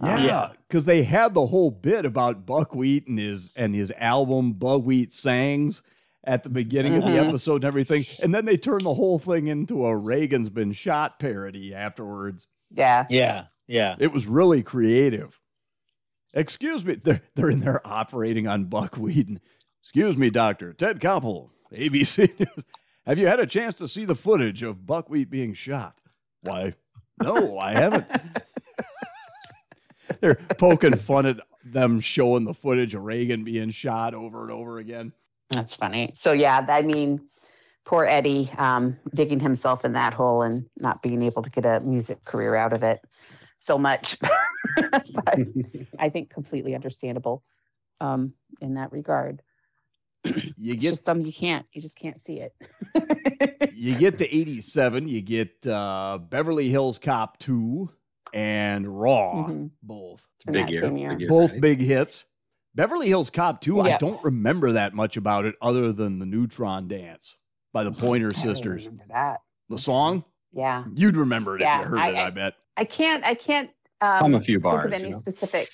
Speaker 5: Um,
Speaker 7: Yeah,
Speaker 6: Yeah.
Speaker 7: because they had the whole bit about Buckwheat and his and his album Buckwheat Sangs at the beginning of the
Speaker 5: Mhm.
Speaker 7: episode and everything, and then they turned the whole thing into a Reagan's been shot parody afterwards.
Speaker 5: Yeah.
Speaker 6: Yeah. Yeah.
Speaker 7: It was really creative. Excuse me, they're they're in there operating on Buckwheat. And, Excuse me, Doctor Ted Koppel, ABC News. Have you had a chance to see the footage of Buckwheat being shot? Why, no, I haven't. They're poking fun at them showing the footage of Reagan being shot over and over again.
Speaker 5: That's funny. So yeah, I mean, poor Eddie um, digging himself in that hole and not being able to get a music career out of it so much. but I think completely understandable um, in that regard.
Speaker 7: You
Speaker 5: It's
Speaker 7: get
Speaker 5: just some you can't, you just can't see it.
Speaker 7: you get to 87, you get uh, Beverly Hills Cop 2 and Raw,
Speaker 5: Mhm.
Speaker 7: both.
Speaker 5: In
Speaker 8: big
Speaker 5: that
Speaker 8: year,
Speaker 5: same year.
Speaker 8: big year.
Speaker 7: both
Speaker 8: right?
Speaker 7: big hits. Beverly Hills Cop 2, I
Speaker 5: Yeah.
Speaker 7: don't remember that much about it other than the Neutron Dance by the Pointer
Speaker 5: I don't even
Speaker 7: Sisters.
Speaker 5: remember that.
Speaker 7: The song?
Speaker 5: Yeah.
Speaker 7: You'd remember it
Speaker 5: Yeah,
Speaker 7: if you heard
Speaker 5: I-
Speaker 7: it,
Speaker 5: I-
Speaker 7: I bet.
Speaker 5: I can't. I can't. Um,
Speaker 8: Hum a
Speaker 5: think
Speaker 8: few
Speaker 5: of
Speaker 8: bars, you
Speaker 5: any
Speaker 8: know?
Speaker 5: specific.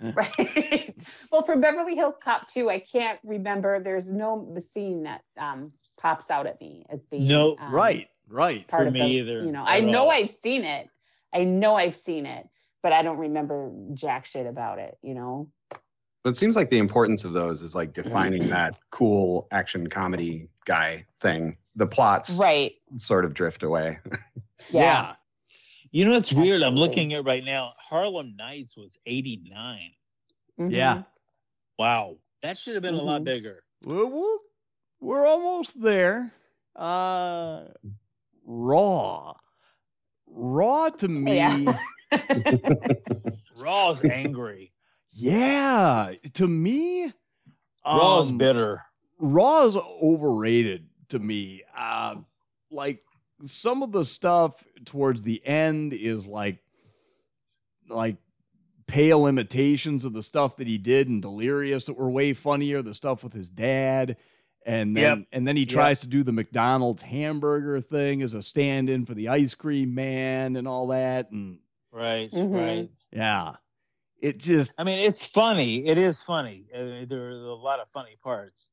Speaker 5: right. well, for Beverly Hills Cop 2, I can't remember. There's no the scene that um, pops out at me as the
Speaker 6: No,
Speaker 5: um,
Speaker 7: right, right.
Speaker 5: part
Speaker 6: For
Speaker 5: of
Speaker 6: me
Speaker 5: the-
Speaker 6: either,
Speaker 5: You know,
Speaker 6: at
Speaker 5: I know
Speaker 6: all.
Speaker 5: I've seen it. I know I've seen it, but I don't remember jack shit about it. You know.
Speaker 8: But it seems like the importance of those is like defining that cool action comedy guy thing. The plots
Speaker 5: Right.
Speaker 8: sort of drift away.
Speaker 5: Yeah.
Speaker 6: You know what's weird? I'm
Speaker 5: Absolutely.
Speaker 6: looking at right now. Harlem Nights was 89.
Speaker 5: Mhm.
Speaker 7: Yeah.
Speaker 6: Wow. That should have been a
Speaker 7: Mm-hmm.
Speaker 6: lot
Speaker 5: Mhm.
Speaker 6: bigger.
Speaker 7: Well, we'll- we're almost there. Uh, raw. Raw to me.
Speaker 5: yeah.
Speaker 6: Raw's angry.
Speaker 7: Yeah, to me,
Speaker 6: Raw's
Speaker 7: um,
Speaker 6: bitter.
Speaker 7: Raw is overrated to me. Uh, like some of the stuff towards the end is like, like pale imitations of the stuff that he did in Delirious that were way funnier. The stuff with his dad, and then and then he
Speaker 6: Yep.
Speaker 7: tries to do the McDonald's hamburger thing as a stand-in for the ice cream man and all that. And
Speaker 6: Right.
Speaker 5: Mhm.
Speaker 7: Mm-hmm.
Speaker 6: Right.
Speaker 7: yeah, it just
Speaker 6: I mean, it's funny. It is funny. Uh, There's a lot of funny parts,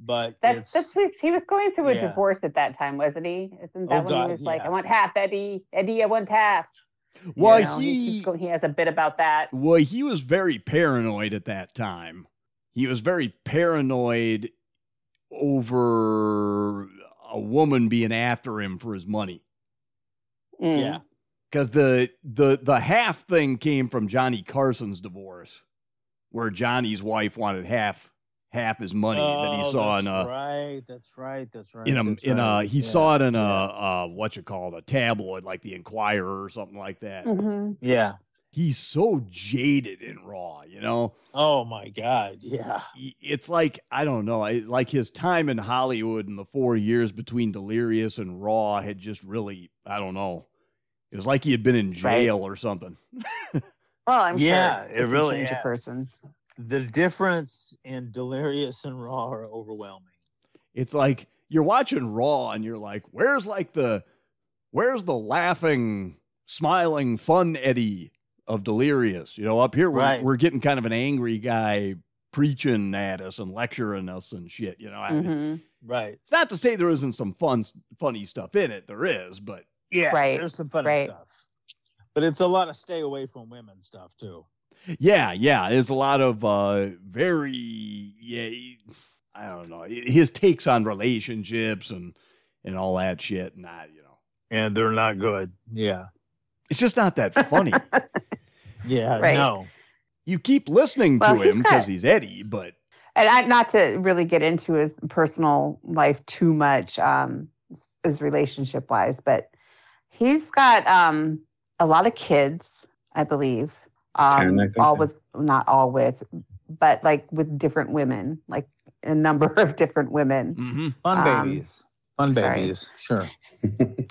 Speaker 6: but
Speaker 5: That's
Speaker 6: it's,
Speaker 5: that's what he was going through a
Speaker 6: Yeah.
Speaker 5: divorce at that time, wasn't he? Isn't that
Speaker 6: Oh,
Speaker 5: when
Speaker 6: God,
Speaker 5: he was like,
Speaker 6: yeah.
Speaker 5: "I want half, Eddie. Eddie, I want half."
Speaker 7: well
Speaker 5: You know, he,
Speaker 7: he
Speaker 5: keeps going, he has a bit about that.
Speaker 7: Well, he was very paranoid at that time. He was very paranoid over a woman being after him for his money
Speaker 5: Mm.
Speaker 6: yeah.
Speaker 7: because the the the half thing came from Johnny Carson's divorce, where Johnny's wife wanted half half his money that he
Speaker 6: Oh,
Speaker 7: saw
Speaker 6: that's
Speaker 7: in a
Speaker 6: right. That's right. That's right.
Speaker 7: in a
Speaker 6: that's
Speaker 7: in
Speaker 6: right.
Speaker 7: a he
Speaker 6: Yeah,
Speaker 7: saw it in a
Speaker 6: yeah.
Speaker 7: uh, what you call it a tabloid like the Inquirer or something like that.
Speaker 5: Mhm.
Speaker 6: Yeah.
Speaker 7: He's so jaded in Raw, you know.
Speaker 6: Oh my God. Yeah.
Speaker 7: y- it's like I don't know, I- like his time in Hollywood and the four years between Delirious and Raw had just really, I don't know. It was like he had been in jail or something.
Speaker 5: Well, I'm
Speaker 6: Yeah,
Speaker 5: sure
Speaker 6: it really
Speaker 5: change
Speaker 6: is.
Speaker 5: a person.
Speaker 6: The difference in Delirious and Raw are overwhelming.
Speaker 7: It's like you're watching Raw and you're like, where's like the, where's the laughing, smiling, fun Eddie of Delirious? You know, up here we're,
Speaker 6: Right.
Speaker 7: we're getting kind of an angry guy preaching at us and lecturing us and shit. You know, I-
Speaker 5: Mhm.
Speaker 6: Right.
Speaker 7: it's not to say there isn't some fun, funny stuff in it. There is, but
Speaker 6: Yeah.
Speaker 5: Right,
Speaker 6: There's some funny
Speaker 5: right.
Speaker 6: stuff. But it's a lot of stay away from women stuff too.
Speaker 7: Yeah, yeah. There's a lot of uh very yeah I don't know his takes on relationships and and all that shit. And I, you know,
Speaker 6: and they're not good. Yeah.
Speaker 7: it's just not that funny.
Speaker 6: Yeah.
Speaker 5: Right.
Speaker 6: No.
Speaker 7: you keep listening
Speaker 5: Well,
Speaker 7: to
Speaker 5: he's
Speaker 7: him because
Speaker 5: got-
Speaker 7: he's Eddie, but
Speaker 5: and I, not to really get into his personal life too much, um, his- his relationship wise, but he's got um, a lot of kids, I believe. Um,
Speaker 8: Ten, I think,
Speaker 5: all
Speaker 8: yeah.
Speaker 5: with not all with, but like with different women, like a number of different women.
Speaker 7: Mm. mm-hmm.
Speaker 6: Fun
Speaker 5: Um,
Speaker 6: babies. Fun
Speaker 5: sorry.
Speaker 6: babies. Sure.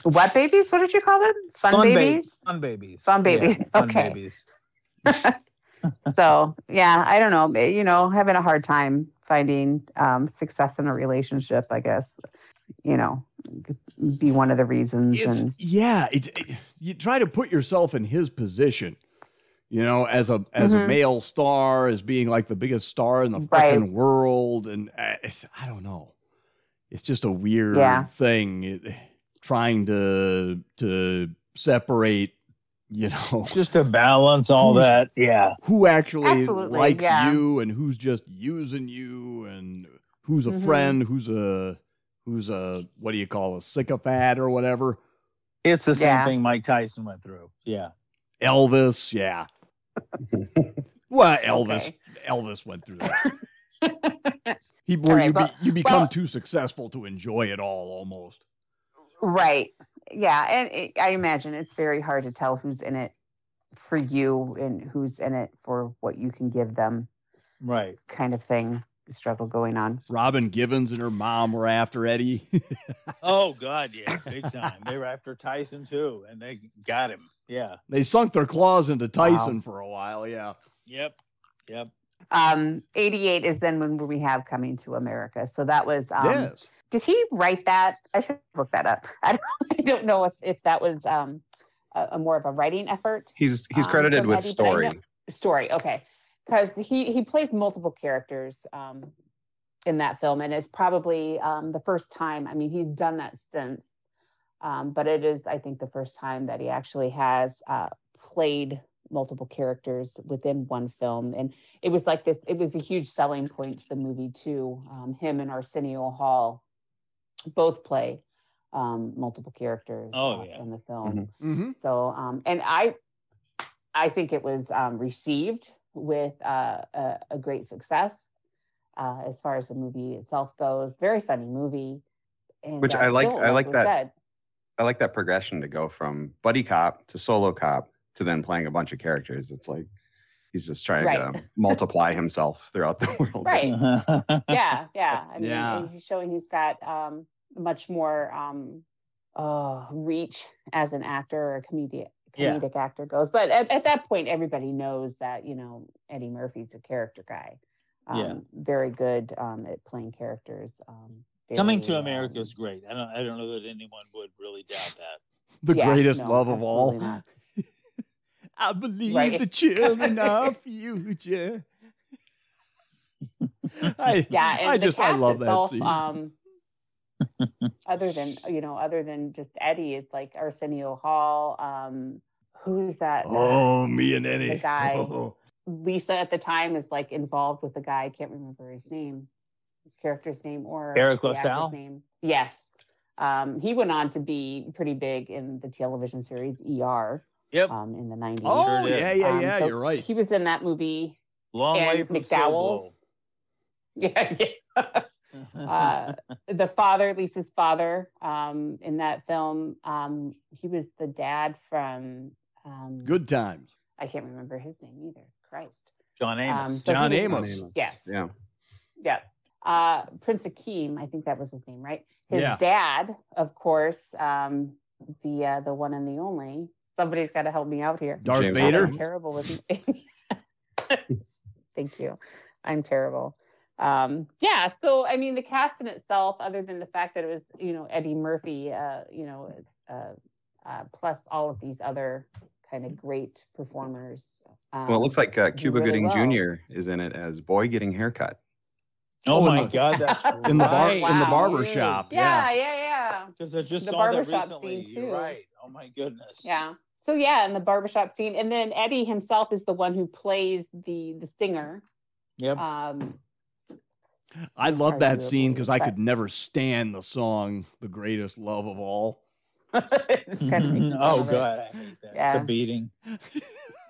Speaker 5: What babies? What did you call them? Fun,
Speaker 6: ba-
Speaker 5: babies.
Speaker 6: fun babies.
Speaker 5: Fun
Speaker 6: Yeah,
Speaker 5: babies,
Speaker 6: fun
Speaker 5: okay.
Speaker 6: babies.
Speaker 5: so yeah, I don't know. ma- You know, having a hard time finding um, success in a relationship, I guess. You know, could be one of the reasons.
Speaker 7: it's
Speaker 5: and
Speaker 7: yeah, it's it- you try to put yourself in his position. You know, as a as a
Speaker 5: Mhm.
Speaker 7: male star, as being like the biggest star in the
Speaker 5: Right.
Speaker 7: fucking world, and uh, it's, I don't know, it's just a weird
Speaker 5: Yeah.
Speaker 7: thing it- trying to to separate. You know,
Speaker 6: Just to balance
Speaker 5: Hmm.
Speaker 6: all
Speaker 7: Who's-
Speaker 6: that. Yeah.
Speaker 7: who actually
Speaker 5: Absolutely,
Speaker 7: likes
Speaker 5: yeah.
Speaker 7: you and who's just using you and who's a
Speaker 5: Mhm.
Speaker 7: friend who's a who's a what do you call a sycophant or whatever
Speaker 6: It's the same
Speaker 5: Yeah.
Speaker 6: thing Mike Tyson went through. Yeah.
Speaker 7: elvis yeah well elvis
Speaker 5: Okay.
Speaker 7: elvis went through that he, where
Speaker 5: right,
Speaker 7: you,
Speaker 5: but-
Speaker 7: be, you become
Speaker 5: well-
Speaker 7: too successful to enjoy it all almost
Speaker 5: right. Yeah, and it, I imagine it's very hard to tell who's in it for you and who's in it for what you can give them,
Speaker 6: Right.
Speaker 5: kind of thing. Struggle going on.
Speaker 7: robin givens and her mom were after eddie
Speaker 6: Oh God, yeah, big time. they were after Tyson too, and they got him. Yeah.
Speaker 7: they sunk their claws into tyson for a while yeah
Speaker 6: Yep. Yep.
Speaker 5: Um, 88 is then when we have coming to America. So that was um,
Speaker 7: yes
Speaker 5: did he write that? I should look that up. I don't, I don't know if, if that was um, a, a more of a writing effort
Speaker 8: He's he's
Speaker 5: Um,
Speaker 8: credited
Speaker 5: from
Speaker 8: with
Speaker 5: Eddie, but I
Speaker 8: story.
Speaker 5: know- story. Okay, because he he plays multiple characters um, in that film, and it's probably um, the first time. I mean, he's done that since, um, but it is I think the first time that he actually has uh, played multiple characters within one film and it was like this it was a huge selling point to the movie too um, him and arsenio hall both play um, multiple characters
Speaker 6: Oh,
Speaker 5: uh,
Speaker 6: yeah.
Speaker 5: in the film
Speaker 8: Mhm.
Speaker 7: mm-hmm.
Speaker 5: so, um, and I, I think it was um, received with uh, a, a great success uh, as far as the movie itself goes. Very funny movie, and,
Speaker 8: Which
Speaker 5: uh,
Speaker 8: I like-
Speaker 5: still,
Speaker 8: I like
Speaker 5: we
Speaker 8: that.
Speaker 5: said,
Speaker 8: I like that progression to go from buddy cop to solo cop to then playing a bunch of characters. It's like he's just trying
Speaker 5: Right.
Speaker 8: to multiply himself throughout the
Speaker 6: Mm-hmm.
Speaker 8: world.
Speaker 5: Right. yeah, yeah. I mean,
Speaker 7: Yeah.
Speaker 5: and he's showing he's got um, much more um, uh, reach as an actor or a comedian.
Speaker 6: Yeah.
Speaker 5: Comedic actor goes, but at, at that point, everybody knows that you know Eddie Murphy's a character guy. Um,
Speaker 6: Yeah.
Speaker 5: very good um, at playing characters. Um,
Speaker 6: Coming
Speaker 5: very,
Speaker 6: to
Speaker 5: um,
Speaker 6: America is great. I don't. I don't know that anyone would really doubt that.
Speaker 7: the
Speaker 5: Yeah,
Speaker 7: greatest
Speaker 5: no,
Speaker 7: love of all.
Speaker 5: absolutely not.
Speaker 7: I believe
Speaker 5: Right.
Speaker 7: the children are future. I,
Speaker 5: yeah, and
Speaker 7: I
Speaker 5: the
Speaker 7: just I
Speaker 5: cast
Speaker 7: love
Speaker 5: itself,
Speaker 7: that scene.
Speaker 5: Um, other than you know, other than just Eddie, it's like Arsenio Hall. Um, who is that?
Speaker 7: oh, me and Eddie.
Speaker 5: guy.
Speaker 7: Oh.
Speaker 5: Lisa at the time is like involved with a guy. I can't remember his name, his character's name, or
Speaker 6: Eric
Speaker 5: the actor's
Speaker 6: LaSalle?
Speaker 5: name. Yes, um, he went on to be pretty big in the television series ER
Speaker 6: Yep.
Speaker 5: um, in the nineties.
Speaker 7: Oh,
Speaker 6: sure did.
Speaker 7: yeah, yeah,
Speaker 5: Um,
Speaker 7: yeah.
Speaker 5: so
Speaker 7: you're right.
Speaker 5: He was in that movie.
Speaker 6: Long way
Speaker 5: And
Speaker 6: from
Speaker 5: McDowell. Yeah, yeah.
Speaker 6: Sobel.
Speaker 5: uh, the father, Lisa's father, um, in that film. Um, he was the dad from. Um,
Speaker 7: Good times.
Speaker 5: I can't remember his name either. Christ.
Speaker 6: John
Speaker 5: um,
Speaker 6: Amos.
Speaker 5: so
Speaker 7: John
Speaker 5: he was-
Speaker 7: Amos.
Speaker 5: Yes.
Speaker 8: Yeah.
Speaker 5: Yeah. Uh, Prince Akeem, I think that was his name, right? His
Speaker 7: Yeah.
Speaker 5: dad, of course, um, the uh, the one and the only. Somebody's got to help me out here.
Speaker 7: Darth
Speaker 8: James
Speaker 7: Vader.
Speaker 5: I'm terrible with. Thank you. I'm terrible. Um, yeah. So I mean, the cast in itself, other than the fact that it was you know Eddie Murphy, uh, you know, uh, uh, plus all of these other kind of great performers. Um,
Speaker 8: Well, it looks like uh, Cuba
Speaker 5: really
Speaker 8: Gooding
Speaker 5: well.
Speaker 8: Jr. is in it as boy getting haircut.
Speaker 6: Oh
Speaker 7: Oh,
Speaker 6: my
Speaker 7: in the-
Speaker 6: God, that's
Speaker 7: in the bar
Speaker 6: right.
Speaker 7: in the
Speaker 5: Wow.
Speaker 7: barber shop.
Speaker 5: Yeah, yeah, yeah.
Speaker 6: Because I just
Speaker 5: The
Speaker 6: saw that
Speaker 5: barbershop
Speaker 6: recently.
Speaker 5: scene,
Speaker 6: You're
Speaker 5: too.
Speaker 6: right. Oh my goodness.
Speaker 5: Yeah. So yeah, in the barbershop scene, and then Eddie himself is the one who plays the the stinger.
Speaker 6: Yep.
Speaker 5: Um,
Speaker 7: I
Speaker 5: It's
Speaker 7: love
Speaker 5: hard to
Speaker 7: that
Speaker 5: do it
Speaker 7: scene
Speaker 5: for
Speaker 7: because
Speaker 5: you,
Speaker 7: I
Speaker 5: but-
Speaker 7: could never stand the song "The Greatest Love of All."
Speaker 5: It's kinda makes me
Speaker 6: oh
Speaker 5: love it.
Speaker 6: god, I hate that. It's
Speaker 5: Yeah.
Speaker 6: a beating.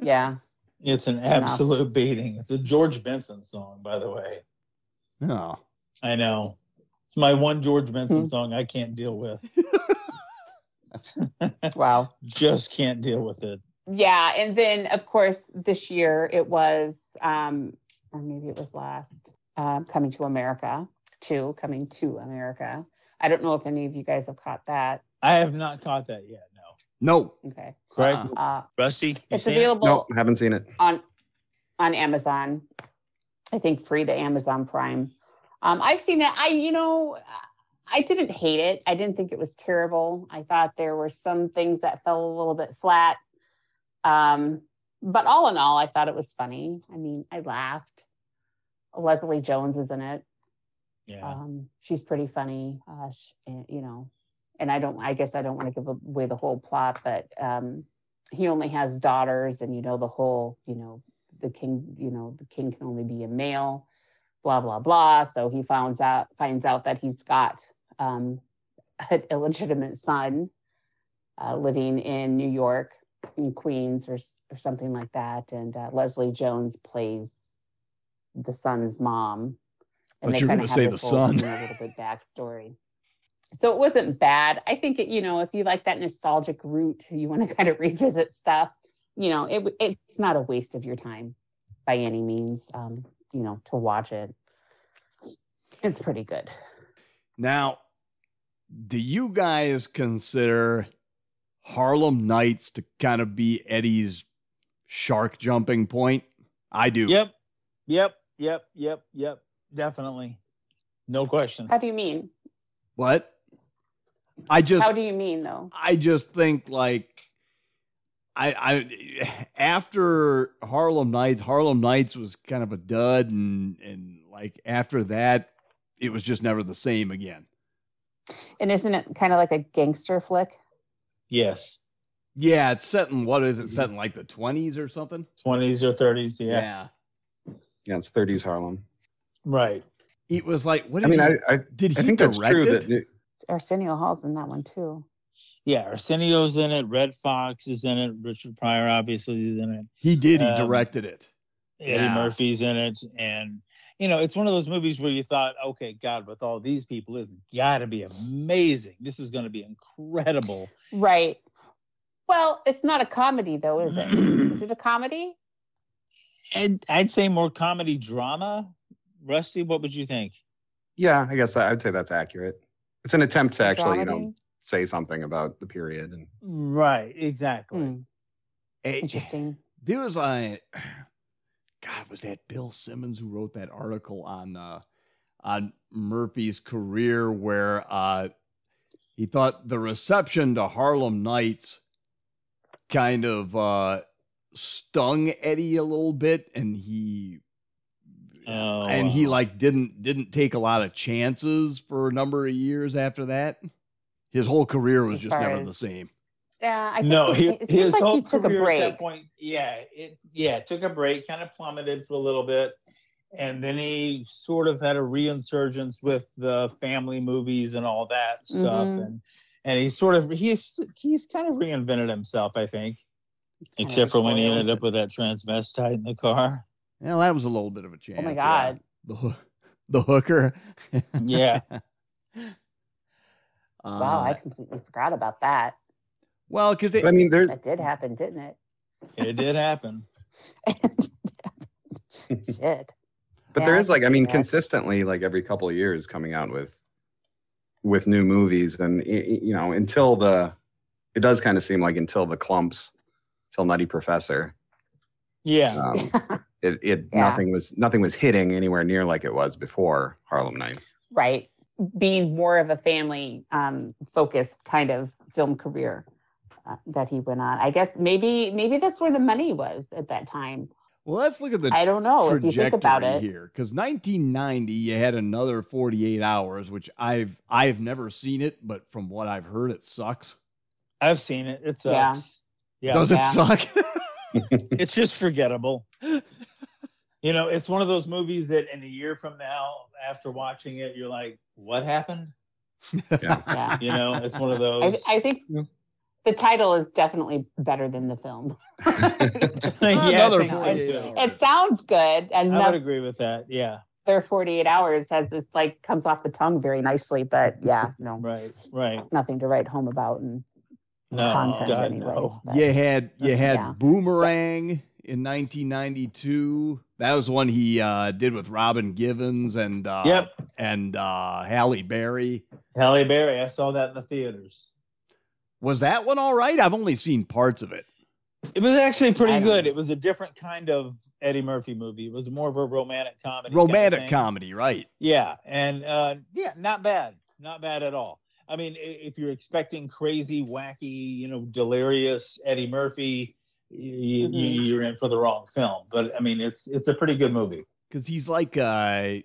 Speaker 5: Yeah.
Speaker 6: It's an
Speaker 5: enough.
Speaker 6: absolute beating. It's a George Benson song, by the way.
Speaker 7: No,
Speaker 6: I know. It's my one George Benson
Speaker 5: Hmm.
Speaker 6: song I can't deal with.
Speaker 5: Wow.
Speaker 6: Just can't deal with it.
Speaker 5: yeah and then of course this year it was um or maybe it was last um coming to america too coming to america i don't know if any of you guys have caught that
Speaker 6: I have not caught that yet. No.
Speaker 7: no,
Speaker 5: okay
Speaker 6: Craig,
Speaker 7: Uh-uh.
Speaker 5: uh
Speaker 6: Uh-huh. Rusty, you
Speaker 5: it's
Speaker 6: seen it?
Speaker 5: available
Speaker 8: Nope, haven't seen it.
Speaker 5: on on Amazon. I think free to Amazon Prime. Um, I've seen it. I you know I didn't hate it. I didn't think it was terrible. I thought there were some things that fell a little bit flat. Um, but all in all, I thought it was funny. I mean, I laughed. Leslie Jones is in it.
Speaker 6: Yeah.
Speaker 5: Um, she's pretty funny. Uh, sh and, you know, and I don't. I guess I don't want to give away the whole plot, but um, he only has daughters, and you know the whole, you know, the king, you know, the king can only be a male, blah blah blah. So he finds out finds out that he's got um, an illegitimate son uh, living in New York, in Queens, or s- or something like that. And uh, Leslie Jones plays the son's mom.
Speaker 7: But
Speaker 5: they
Speaker 7: you were
Speaker 5: kinda
Speaker 7: gonna
Speaker 5: have
Speaker 7: say
Speaker 5: this
Speaker 7: the
Speaker 5: whole,
Speaker 7: son.
Speaker 5: you know, little bit backstory. So it wasn't bad. I think it, you know, if you like that nostalgic route, you want to kind of revisit stuff. You know, it w- it's not a waste of your time by any means. Um, you know, to watch it, it's pretty good.
Speaker 7: Now, do you guys consider Harlem Nights to kind of be Eddie's shark jumping point? I do.
Speaker 6: Yep. Yep. Yep. Yep. Yep. Definitely. No question.
Speaker 5: How do you mean?
Speaker 7: But I just
Speaker 5: How do you mean though?
Speaker 7: I just think like I I after Harlem Nights, Harlem Nights was kind of a dud and and like after that it was just never the same again.
Speaker 5: And isn't it kind of like a gangster flick?
Speaker 6: Yes.
Speaker 7: Yeah, it's set in what is it set in like the 20s or something?
Speaker 6: 20s or 30s. Yeah.
Speaker 8: Yeah, it's 30s Harlem.
Speaker 6: Right.
Speaker 7: It was like what
Speaker 8: I
Speaker 7: did
Speaker 8: mean,
Speaker 7: he,
Speaker 8: I I,
Speaker 7: did he
Speaker 8: I think that's
Speaker 7: direct
Speaker 8: true.
Speaker 7: it?
Speaker 8: That it-
Speaker 5: Arsenio Hall's in that one too.
Speaker 6: Yeah. Arsenio's in it. Red Fox is in it. Richard Pryor obviously is in it.
Speaker 7: he did he
Speaker 6: um,
Speaker 7: directed it.
Speaker 6: Eddie
Speaker 7: Yeah.
Speaker 6: Murphy's in it. And, you know, it's one of those movies where you thought, okay, God, with all these people, it's got to be amazing. This is going to be incredible.
Speaker 5: Right. Well, it's not a comedy though, is it? is it a comedy?
Speaker 6: And I'd say more comedy drama. Rusty, what would you think?
Speaker 8: yeah, I guess I would say that's accurate. It's an attempt to actually, you know,
Speaker 5: Dramedy?
Speaker 8: say something about the period and
Speaker 6: Right. Exactly.
Speaker 7: Mm.
Speaker 5: Hmm,
Speaker 7: Eh,
Speaker 5: interesting.
Speaker 7: there was a God was that Bill Simmons who wrote that article on uh, on Murphy's career where uh, he thought the reception to Harlem Nights kind of uh, stung Eddie a little bit, and he
Speaker 6: Oh,
Speaker 7: and he
Speaker 6: wow.
Speaker 7: like didn't didn't take a lot of chances for a number of years after that. His whole career was
Speaker 5: As
Speaker 7: just
Speaker 5: far
Speaker 7: never
Speaker 5: as-
Speaker 7: the same.
Speaker 5: Yeah, I think
Speaker 6: no,
Speaker 5: it-
Speaker 6: he,
Speaker 5: it seems
Speaker 6: his
Speaker 5: like
Speaker 6: whole
Speaker 5: he took a
Speaker 6: career
Speaker 5: break.
Speaker 6: at that point, yeah, it yeah took a break, kind of plummeted for a little bit, and then he sort of had a reinsurgence with the family movies and all that stuff,
Speaker 5: Mhm.
Speaker 6: and and he sort of he's he's kind of reinvented himself, I think,
Speaker 5: Kind of
Speaker 6: except for when he
Speaker 5: spoiled.
Speaker 6: ended up with that transvestite in the car.
Speaker 7: Well, that was a little bit of a chance.
Speaker 5: Oh my
Speaker 7: yeah.
Speaker 5: god.
Speaker 7: the hoo- the hooker.
Speaker 6: Yeah.
Speaker 5: Wow, I
Speaker 7: Uh,
Speaker 5: completely forgot about that.
Speaker 7: well, because
Speaker 8: but I mean there's
Speaker 5: That did happen, didn't it?
Speaker 6: It did happen.
Speaker 5: Shit.
Speaker 8: but
Speaker 5: Yeah,
Speaker 8: there
Speaker 5: I
Speaker 8: is
Speaker 5: can
Speaker 8: like I
Speaker 5: see
Speaker 8: mean
Speaker 5: that.
Speaker 8: consistently like every couple of years coming out with with new movies and y- y- you know until the it does kind of seem like until the clumps till Nutty Professor
Speaker 6: Yeah.
Speaker 8: um, it it
Speaker 5: Yeah.
Speaker 8: nothing was nothing was hitting anywhere near like it was before Harlem Nights.
Speaker 5: right being more of a family um focused kind of film career uh, that he went on i guess maybe maybe that's where the money was at that time
Speaker 7: well, let's look at the
Speaker 5: i don't know if
Speaker 7: trajectory
Speaker 5: you think about it
Speaker 7: here. Because 1990, you had another 48 hours, which I've I've never seen it, but from what I've heard, it sucks.
Speaker 6: I've seen it. It
Speaker 5: Yeah.
Speaker 6: sucks. Yeah.
Speaker 7: Does
Speaker 5: Yeah.
Speaker 7: it suck?
Speaker 6: it's just forgettable. You know, it's one of those movies that in a year from now, after watching it, you're like, what happened?
Speaker 5: Yeah.
Speaker 6: You know, it's one of
Speaker 5: I,
Speaker 6: those.
Speaker 5: I think the title is definitely better than the film.
Speaker 6: I
Speaker 4: Another
Speaker 6: think so,
Speaker 5: 48
Speaker 6: too.
Speaker 4: hours.
Speaker 5: It sounds good, and
Speaker 6: I would
Speaker 5: another
Speaker 6: agree with that. Yeah.
Speaker 5: 48 hours has this like comes off the tongue very nicely, but yeah, no,
Speaker 6: Right. Right.
Speaker 5: nothing to write home about in
Speaker 6: No.
Speaker 5: content
Speaker 6: God,
Speaker 5: anyway.
Speaker 6: no.
Speaker 5: but-
Speaker 7: You had you had
Speaker 5: Yeah.
Speaker 7: Boomerang in 1992. That was one he uh, did with Robin Givens and uh,
Speaker 6: Yep.
Speaker 7: and uh, Halle Berry.
Speaker 6: Halle Berry. I saw that in the theaters.
Speaker 7: Was that one all right? I've only seen parts of it.
Speaker 6: It was actually
Speaker 5: I
Speaker 6: pretty
Speaker 5: don't
Speaker 6: good.
Speaker 5: know.
Speaker 6: It was a different kind of Eddie Murphy movie. It was more of a romantic comedy. kind of
Speaker 7: Romantic
Speaker 6: thing.
Speaker 7: comedy, right?
Speaker 6: Yeah, and uh, yeah, not bad, not bad at all. I mean, i- if you're expecting crazy, wacky, you know, delirious Eddie Murphy, you, you,
Speaker 7: Mm-hmm.
Speaker 5: Mhm.
Speaker 6: you're in for the wrong film. But I mean, it's it's a pretty good movie.
Speaker 7: Because he's like uh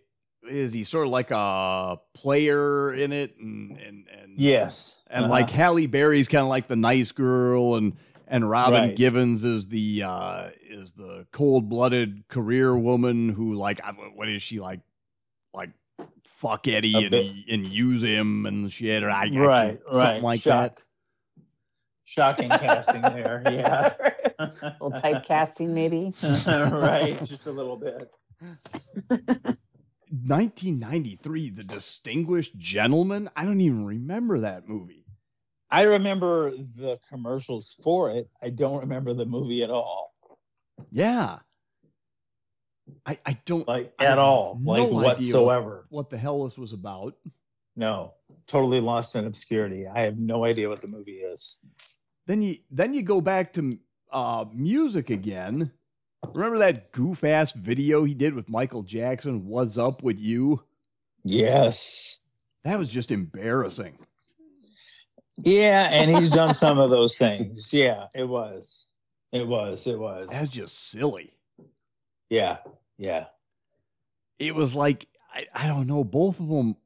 Speaker 7: is he sort of like a player in it and and and uh,
Speaker 6: Yes,
Speaker 7: and
Speaker 6: Uh-huh.
Speaker 7: like Halle Berry's kind of like the nice girl, and and Robin
Speaker 6: Right.
Speaker 7: Givens is the uh, is the cold blooded career woman who like I- what is she like like fuck Eddie
Speaker 6: A
Speaker 7: and,
Speaker 6: bit-
Speaker 7: and use him and shit or I, I can't-
Speaker 6: right, right,
Speaker 7: something like that.
Speaker 6: Shock. Shocking casting there. Yeah,
Speaker 5: little typecasting maybe.
Speaker 6: right, just a little bit.
Speaker 7: 1993, The Distinguished Gentleman. I don't even remember that movie.
Speaker 6: I remember the commercials for it. I don't remember the movie at all.
Speaker 7: Yeah, I I don't
Speaker 6: Like
Speaker 7: I have
Speaker 6: at all.
Speaker 7: no
Speaker 6: like
Speaker 7: idea what-
Speaker 6: whatsoever.
Speaker 7: what the hell this was about.
Speaker 6: No. Totally lost in obscurity. I have no idea what the movie is.
Speaker 7: Then you then you go back to uh, music again. Remember that goof ass video he did with Michael Jackson? What's up with you?
Speaker 6: Yes.
Speaker 7: That was just embarrassing.
Speaker 6: Yeah, and he's done some of those things. Yeah, it was. It was. It was.
Speaker 7: That's just silly.
Speaker 6: Yeah. Yeah.
Speaker 7: It was like I, I don't know. Both of them.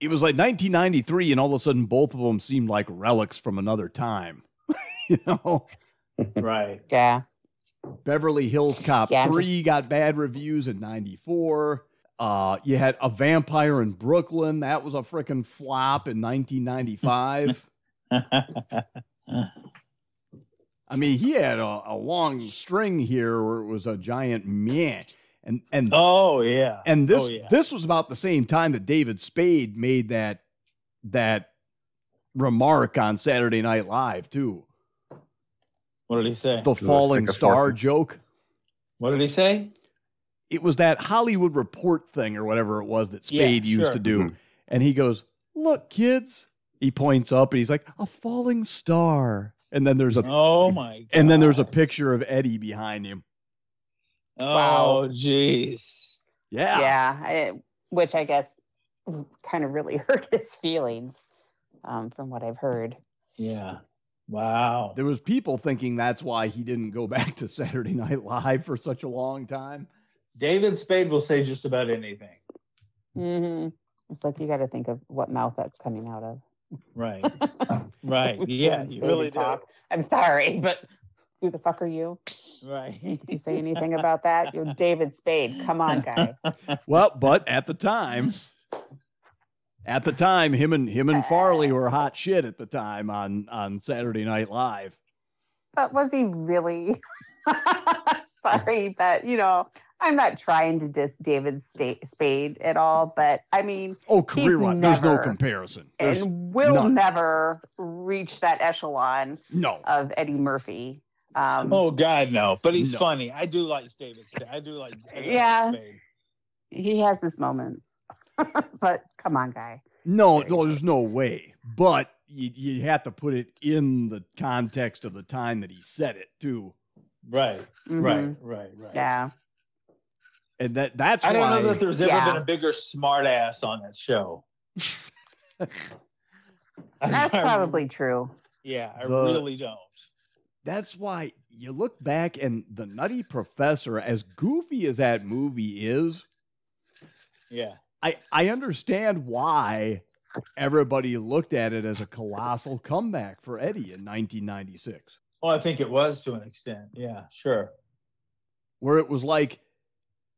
Speaker 7: It was like 1993, and all of a sudden, both of them seemed like relics from another time. you know,
Speaker 6: Right.
Speaker 5: Yeah.
Speaker 7: Beverly Hills Cop
Speaker 5: Yeah, I'm
Speaker 7: Three got bad reviews in '94. Uh, you had a vampire in Brooklyn. That was a freaking flop in 1995. I mean, he had a, a long string here where it was a giant meh. And and
Speaker 6: oh yeah.
Speaker 7: and this
Speaker 6: oh, yeah.
Speaker 7: this was about the same time that David Spade made that that remark on Saturday Night Live too.
Speaker 6: what did he say?
Speaker 7: The
Speaker 8: stick
Speaker 7: falling
Speaker 8: a fork
Speaker 7: star
Speaker 8: in-
Speaker 7: joke.
Speaker 6: What did he say?
Speaker 7: It was that Hollywood Report thing or whatever it was that
Speaker 6: Yeah,
Speaker 7: Spade used
Speaker 6: sure.
Speaker 7: to do.
Speaker 8: Mhm.
Speaker 7: And he goes, "Look, kids." He points up and he's like, "A falling star." And then there's a
Speaker 6: Oh my god.
Speaker 7: and then there's a picture of Eddie behind him.
Speaker 6: Oh jeez.
Speaker 7: Yeah.
Speaker 5: Yeah. I, which I guess kind of really hurt his feelings um, from what I've heard.
Speaker 6: Yeah. Wow.
Speaker 7: There was people thinking that's why he didn't go back to Saturday Night Live for such a long time.
Speaker 6: David Spade will say just about anything.
Speaker 5: hmm It's like you got to think of what mouth that's coming out of.
Speaker 6: Right. Right.
Speaker 5: With
Speaker 6: Yeah.
Speaker 5: David
Speaker 6: You
Speaker 5: Spade
Speaker 6: really
Speaker 5: and
Speaker 6: do.
Speaker 5: talk. I'm sorry, but who the fuck are you?
Speaker 6: Right.
Speaker 5: Did you say anything about that? You're David Spade. Come on, guy.
Speaker 7: Well, but at the time, at the time, him and him and Farley were hot shit at the time on on Saturday Night Live.
Speaker 5: But was he really? sorry, but you know, I'm not trying to diss David Sta- Spade at all, but I mean,
Speaker 7: Oh, career wise, there's no
Speaker 5: never-
Speaker 7: comparison. There's
Speaker 5: and will
Speaker 7: none.
Speaker 5: never reach that echelon
Speaker 7: no.
Speaker 5: of Eddie Murphy. Um,
Speaker 6: oh God, no. But he's
Speaker 7: No.
Speaker 6: funny. I do like David Spade. I do like. I do like
Speaker 5: Yeah.
Speaker 6: Spade.
Speaker 5: He has his moments, but come on, guy.
Speaker 7: No, no,
Speaker 5: Seriously.
Speaker 7: there's no way. But you you have to put it in the context of the time that he said it too,
Speaker 6: Right.
Speaker 5: Mhm.
Speaker 6: Right.
Speaker 7: Mm-hmm.
Speaker 6: Right. Right.
Speaker 5: Yeah.
Speaker 7: and that that's
Speaker 6: I don't
Speaker 7: why
Speaker 6: know that there's ever
Speaker 5: Yeah.
Speaker 6: been a bigger smartass on that show.
Speaker 5: That's
Speaker 6: I-
Speaker 5: probably true.
Speaker 6: Yeah, I
Speaker 7: The-
Speaker 6: really don't.
Speaker 7: that's why you look back and the Nutty Professor, as goofy as that movie is,
Speaker 6: Yeah.
Speaker 7: I, I understand why everybody looked at it as a colossal comeback for Eddie in 1996,
Speaker 6: Well, I think it was to an extent. Yeah. Sure.
Speaker 7: where it was like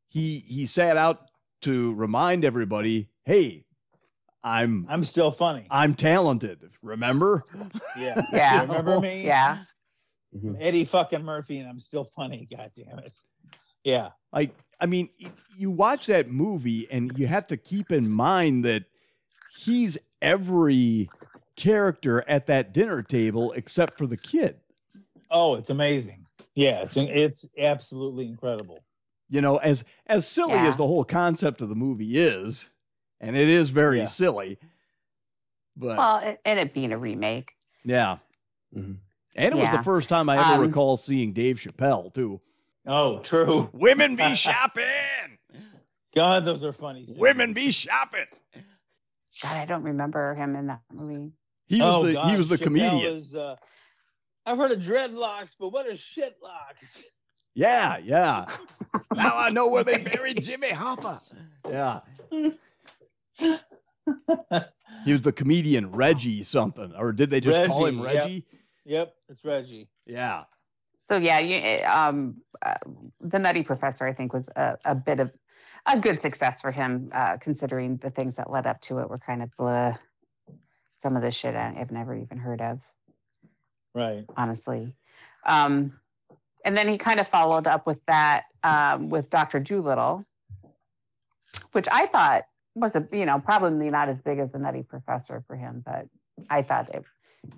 Speaker 7: he he sat out to remind everybody, hey, I'm
Speaker 6: I'm still funny.
Speaker 7: I'm talented. Remember?
Speaker 6: Yeah.
Speaker 5: Yeah.
Speaker 6: Remember me?
Speaker 5: Yeah.
Speaker 7: Mm-hmm.
Speaker 6: I'm Eddie fucking Murphy, and I'm still funny. God damn it. Yeah.
Speaker 7: Like, I mean, y- you watch that movie and you have to keep in mind that he's every character at that dinner table except for the kid.
Speaker 6: Oh, it's amazing. Yeah. It's it's absolutely incredible.
Speaker 7: You know, as as silly
Speaker 5: Yeah.
Speaker 7: as the whole concept of the movie is, and it is very
Speaker 6: Yeah.
Speaker 7: silly. But
Speaker 5: Well, and- and it being a remake.
Speaker 7: yeah.
Speaker 6: Mm-hmm.
Speaker 8: Mhm.
Speaker 7: And it was
Speaker 5: Yeah.
Speaker 7: the first time I ever
Speaker 5: Um,
Speaker 7: recall seeing Dave Chappelle too.
Speaker 6: Oh, true.
Speaker 7: Women be shopping.
Speaker 6: God, those are funny. scenes.
Speaker 7: Women be shopping.
Speaker 5: God, I don't remember him in that movie.
Speaker 7: He was
Speaker 6: Oh,
Speaker 7: the
Speaker 6: God,
Speaker 7: he was the
Speaker 6: Chappelle
Speaker 7: comedian.
Speaker 6: is, uh, I've heard of dreadlocks, but what are shitlocks?
Speaker 7: Yeah, yeah. now I know where they buried Jimmy Hopper. Yeah. He was the comedian Reggie something, or did they just call him
Speaker 6: Reggie, yep.
Speaker 7: Reggie?
Speaker 6: yep, it's Reggie.
Speaker 7: Yeah.
Speaker 5: So yeah, you, eh, um, uh, the Nutty Professor, I think, was a, a bit of a good success for him, uh, considering the things that led up to it were kind of blah. Some of the shit I- I've never even heard of,
Speaker 6: Right.
Speaker 5: honestly. Um, and then he kind of followed up with that um, with Doctor Doolittle, which I thought was a you know probably not as big as the Nutty Professor for him, but I thought it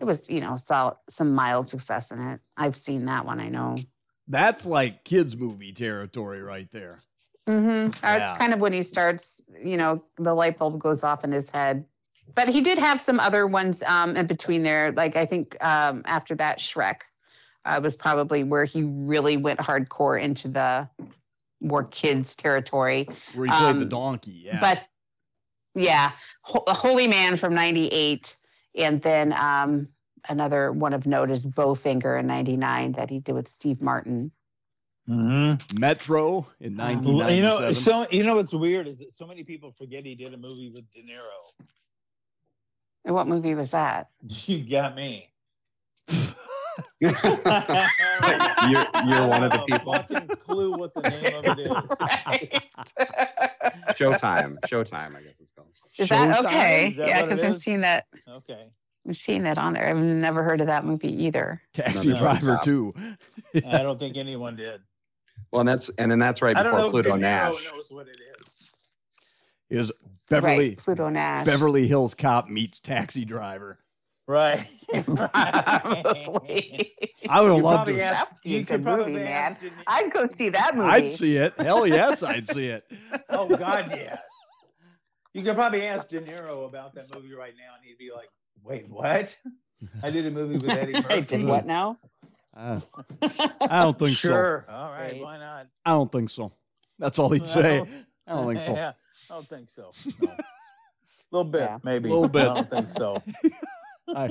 Speaker 5: it was you know solid, some mild success in it. I've seen that one, I know.
Speaker 7: That's like kids movie territory right there.
Speaker 5: Mm-hmm. That's
Speaker 7: Yeah.
Speaker 5: kind of when he starts, you know, the light bulb goes off in his head. But he did have some other ones um, in between there. Like I think um, after that, Shrek uh, was probably where he really went hardcore into the more kids territory.
Speaker 7: Where he played the
Speaker 5: Um,
Speaker 7: donkey. Yeah.
Speaker 5: But yeah, Ho- The Holy Man from 98. And then um, another one of note is Bowfinger in 99 that he did with Steve Martin.
Speaker 6: Mm-hmm.
Speaker 7: Metro in
Speaker 5: Um,
Speaker 7: nineteen ninety
Speaker 6: You know,
Speaker 7: seven.
Speaker 6: so you know what's weird is that so many people forget he did a movie with De Niro.
Speaker 5: And what movie was that?
Speaker 6: You got me.
Speaker 8: you're, you're one of the
Speaker 6: I don't have a
Speaker 8: people.
Speaker 6: Fucking clue what the name of it is.
Speaker 5: Right.
Speaker 8: Showtime. Showtime, I guess it's called.
Speaker 5: Is that
Speaker 7: Showtime?
Speaker 5: okay?
Speaker 6: Is that
Speaker 5: yeah,
Speaker 6: what it
Speaker 5: because I've
Speaker 6: is?
Speaker 5: seen that.
Speaker 6: Okay.
Speaker 5: I've seen that on there. I've never heard of that movie either.
Speaker 7: Taxi
Speaker 8: No, no,
Speaker 7: driver
Speaker 8: stop.
Speaker 7: too.
Speaker 6: I don't think anyone did.
Speaker 8: Well, and that's and then that's right
Speaker 6: I don't
Speaker 8: before
Speaker 6: know if
Speaker 8: Pluto
Speaker 6: De Niro
Speaker 8: Nash.
Speaker 6: knows what it is.
Speaker 7: Is Beverly
Speaker 5: right, Pluto Nash.
Speaker 7: Beverly Hills Cop meets Taxi Driver.
Speaker 6: Right.
Speaker 5: Probably.
Speaker 7: I would have
Speaker 6: You
Speaker 7: loved
Speaker 6: probably
Speaker 7: to.
Speaker 6: asked-
Speaker 5: That'd be a
Speaker 6: You
Speaker 5: good
Speaker 6: could
Speaker 5: movie,
Speaker 6: probably
Speaker 5: man.
Speaker 6: ask De Niro-
Speaker 5: I'd go see that movie.
Speaker 7: I'd see it. Hell yes, I'd see it.
Speaker 6: Oh God, yes. You could probably ask De Niro about that movie right now, and he'd be like, "Wait, what? I did a movie with Eddie Murphy."
Speaker 5: I did what now?
Speaker 7: Uh, I don't think so.
Speaker 6: Sure. All right.
Speaker 5: Great.
Speaker 6: Why not?
Speaker 7: I don't think so. That's all he'd
Speaker 6: I
Speaker 7: say.
Speaker 6: don't-
Speaker 7: I don't think so.
Speaker 6: Yeah, I don't think so. No. little bit,
Speaker 5: Yeah.
Speaker 6: maybe.
Speaker 7: Little bit.
Speaker 6: I don't think so.
Speaker 7: I,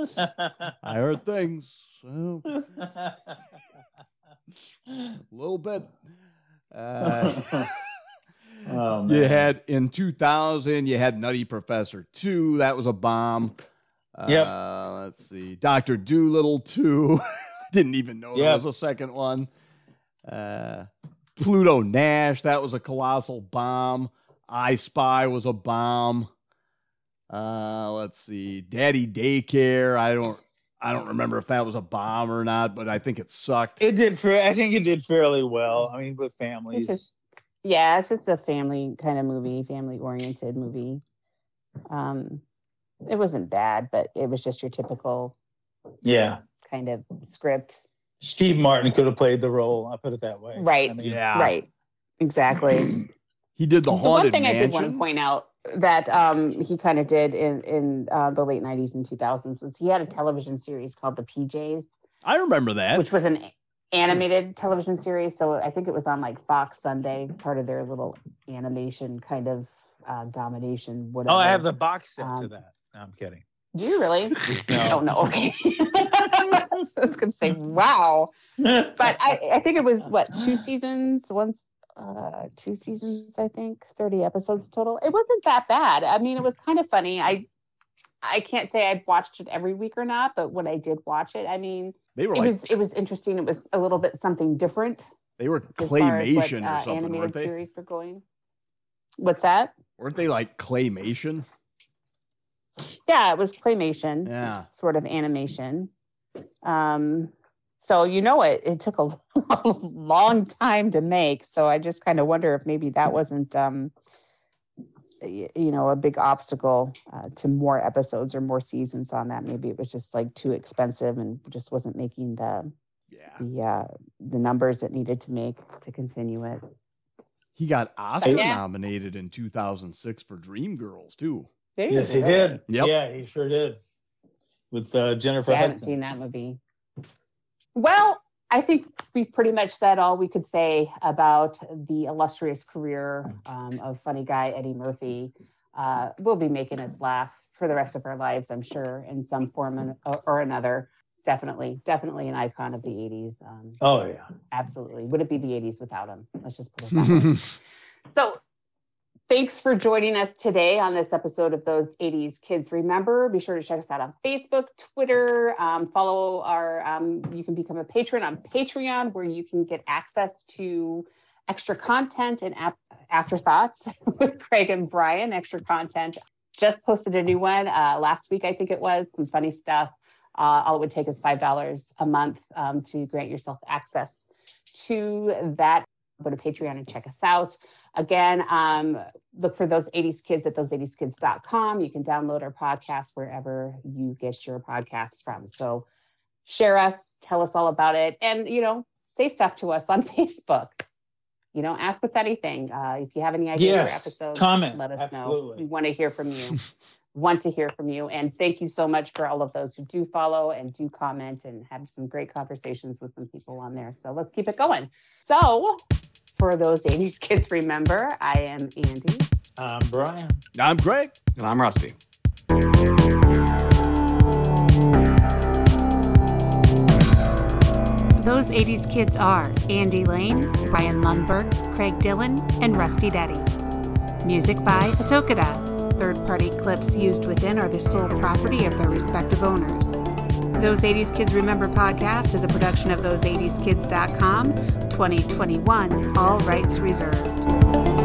Speaker 7: I heard things uh, so, a little bit. Uh,
Speaker 6: Oh,
Speaker 7: you
Speaker 6: man.
Speaker 7: had in 2000, you had Nutty Professor 2. That was a bomb.
Speaker 6: Yep.
Speaker 7: Uh, let's see. Dr. Doolittle 2. Didn't even know there
Speaker 6: Yep.
Speaker 7: was a second one. Uh, Pluto Nash. That was a colossal bomb. I Spy was a bomb. Uh, let's see. Daddy Daycare. I don't. I don't remember if that was a bomb or not, but I think it sucked.
Speaker 6: it did for. I think it did fairly well. I mean, with families.
Speaker 5: is- yeah, it's just a family kind of movie, family oriented movie. Um, it wasn't bad, but it was just your typical
Speaker 6: yeah.
Speaker 5: kind of script.
Speaker 6: Steve Martin could have played the role. I'll put it that way.
Speaker 5: Right.
Speaker 6: I mean,
Speaker 7: Yeah.
Speaker 5: Right. Exactly.
Speaker 7: He did Ah.
Speaker 5: the one
Speaker 7: the haunted
Speaker 5: thing
Speaker 7: mansion.
Speaker 5: I did want to point out that um, he kind of did in in uh, the late '90s and 2000s was he had a television series called The PJs,
Speaker 7: I remember that.
Speaker 5: which was an
Speaker 6: Mm.
Speaker 5: animated television series. So I think it was on like Fox Sunday, part of their little animation kind of uh, domination. Whatever.
Speaker 6: Oh, I have the box set to
Speaker 5: Um,
Speaker 6: that. No, I'm kidding.
Speaker 5: Do you really?
Speaker 6: No.
Speaker 5: Oh no. Okay. I was gonna say wow, but I, I think it was what two seasons once. Uh, two seasons, I think, thirty episodes total. It wasn't that bad. I mean, it was kind of funny. I, I can't say I'd watched it every week or not, but when I did watch it, I mean,
Speaker 7: they were
Speaker 5: it
Speaker 7: like
Speaker 5: was it was interesting. It was a little bit something different
Speaker 7: they were
Speaker 5: as far as what
Speaker 7: claymation
Speaker 5: uh,
Speaker 7: or something, weren't
Speaker 5: animated
Speaker 7: they?
Speaker 5: series were going. What's that?
Speaker 7: Weren't they like claymation?
Speaker 5: Yeah, it was claymation,
Speaker 7: Yeah.
Speaker 5: sort of animation. Um, so you know it. It took a long time to make. So I just kind of wonder if maybe that wasn't, um, y- you know, a big obstacle uh, to more episodes or more seasons on that. Maybe it was just like too expensive and just wasn't making the
Speaker 7: Yeah.
Speaker 5: the uh, the numbers it needed to make to continue it.
Speaker 7: He got Oscar
Speaker 5: Yeah.
Speaker 7: nominated in 2006 for Dreamgirls too.
Speaker 5: There
Speaker 6: Yes,
Speaker 5: you
Speaker 6: he
Speaker 5: go.
Speaker 6: did.
Speaker 7: Yep.
Speaker 6: Yeah, he sure did. With uh, Jennifer
Speaker 5: Yeah, I haven't
Speaker 6: Hudson.
Speaker 5: seen that movie. Well, I think we've pretty much said all we could say about the illustrious career um, of funny guy Eddie Murphy. Uh, will be making us laugh for the rest of our lives, I'm sure, in some form and- or- or another. Definitely, definitely an icon of the 80s. Um,
Speaker 6: Oh yeah.
Speaker 5: absolutely. Wouldn't be the 80s without him. Let's just put it that way. So, thanks for joining us today on this episode of Those 80s Kids Remember. Be sure to check us out on Facebook, Twitter. Um, follow our, um, you can become a patron on Patreon where you can get access to extra content and ap- afterthoughts with Craig and Brian. Extra content. Just posted a new one uh, last week, I think it was, some funny stuff. Uh, all it would take is $5 a month um, to grant yourself access to that. Go to Patreon and check us out. Again, um, look for those 80s kids at those80skids.com. You can download our podcast wherever you get your podcasts from. So share us, tell us all about it, and you know, say stuff to us on Facebook. You know, ask us anything. Uh, if you have any ideas
Speaker 6: Yes,
Speaker 5: for episodes,
Speaker 6: comment.
Speaker 5: let us know.
Speaker 6: Absolutely.
Speaker 5: We want to hear from you. want to hear from you. And thank you so much for all of those who do follow and do comment and have some great conversations with some people on there. So let's keep it going. So for those 80s kids remember i am andy
Speaker 6: Um, Brian.
Speaker 7: I'm Greg.
Speaker 8: And I'm Rusty.
Speaker 3: Those 80s kids are Andy Lane, Brian Lundberg, Craig Dillon, and Rusty Daddy. Music by Hatokada. Third party clips used within are the sole property of their respective owners. Those 80s Kids Remember podcast is a production of those80skids.com, 2021, all rights reserved.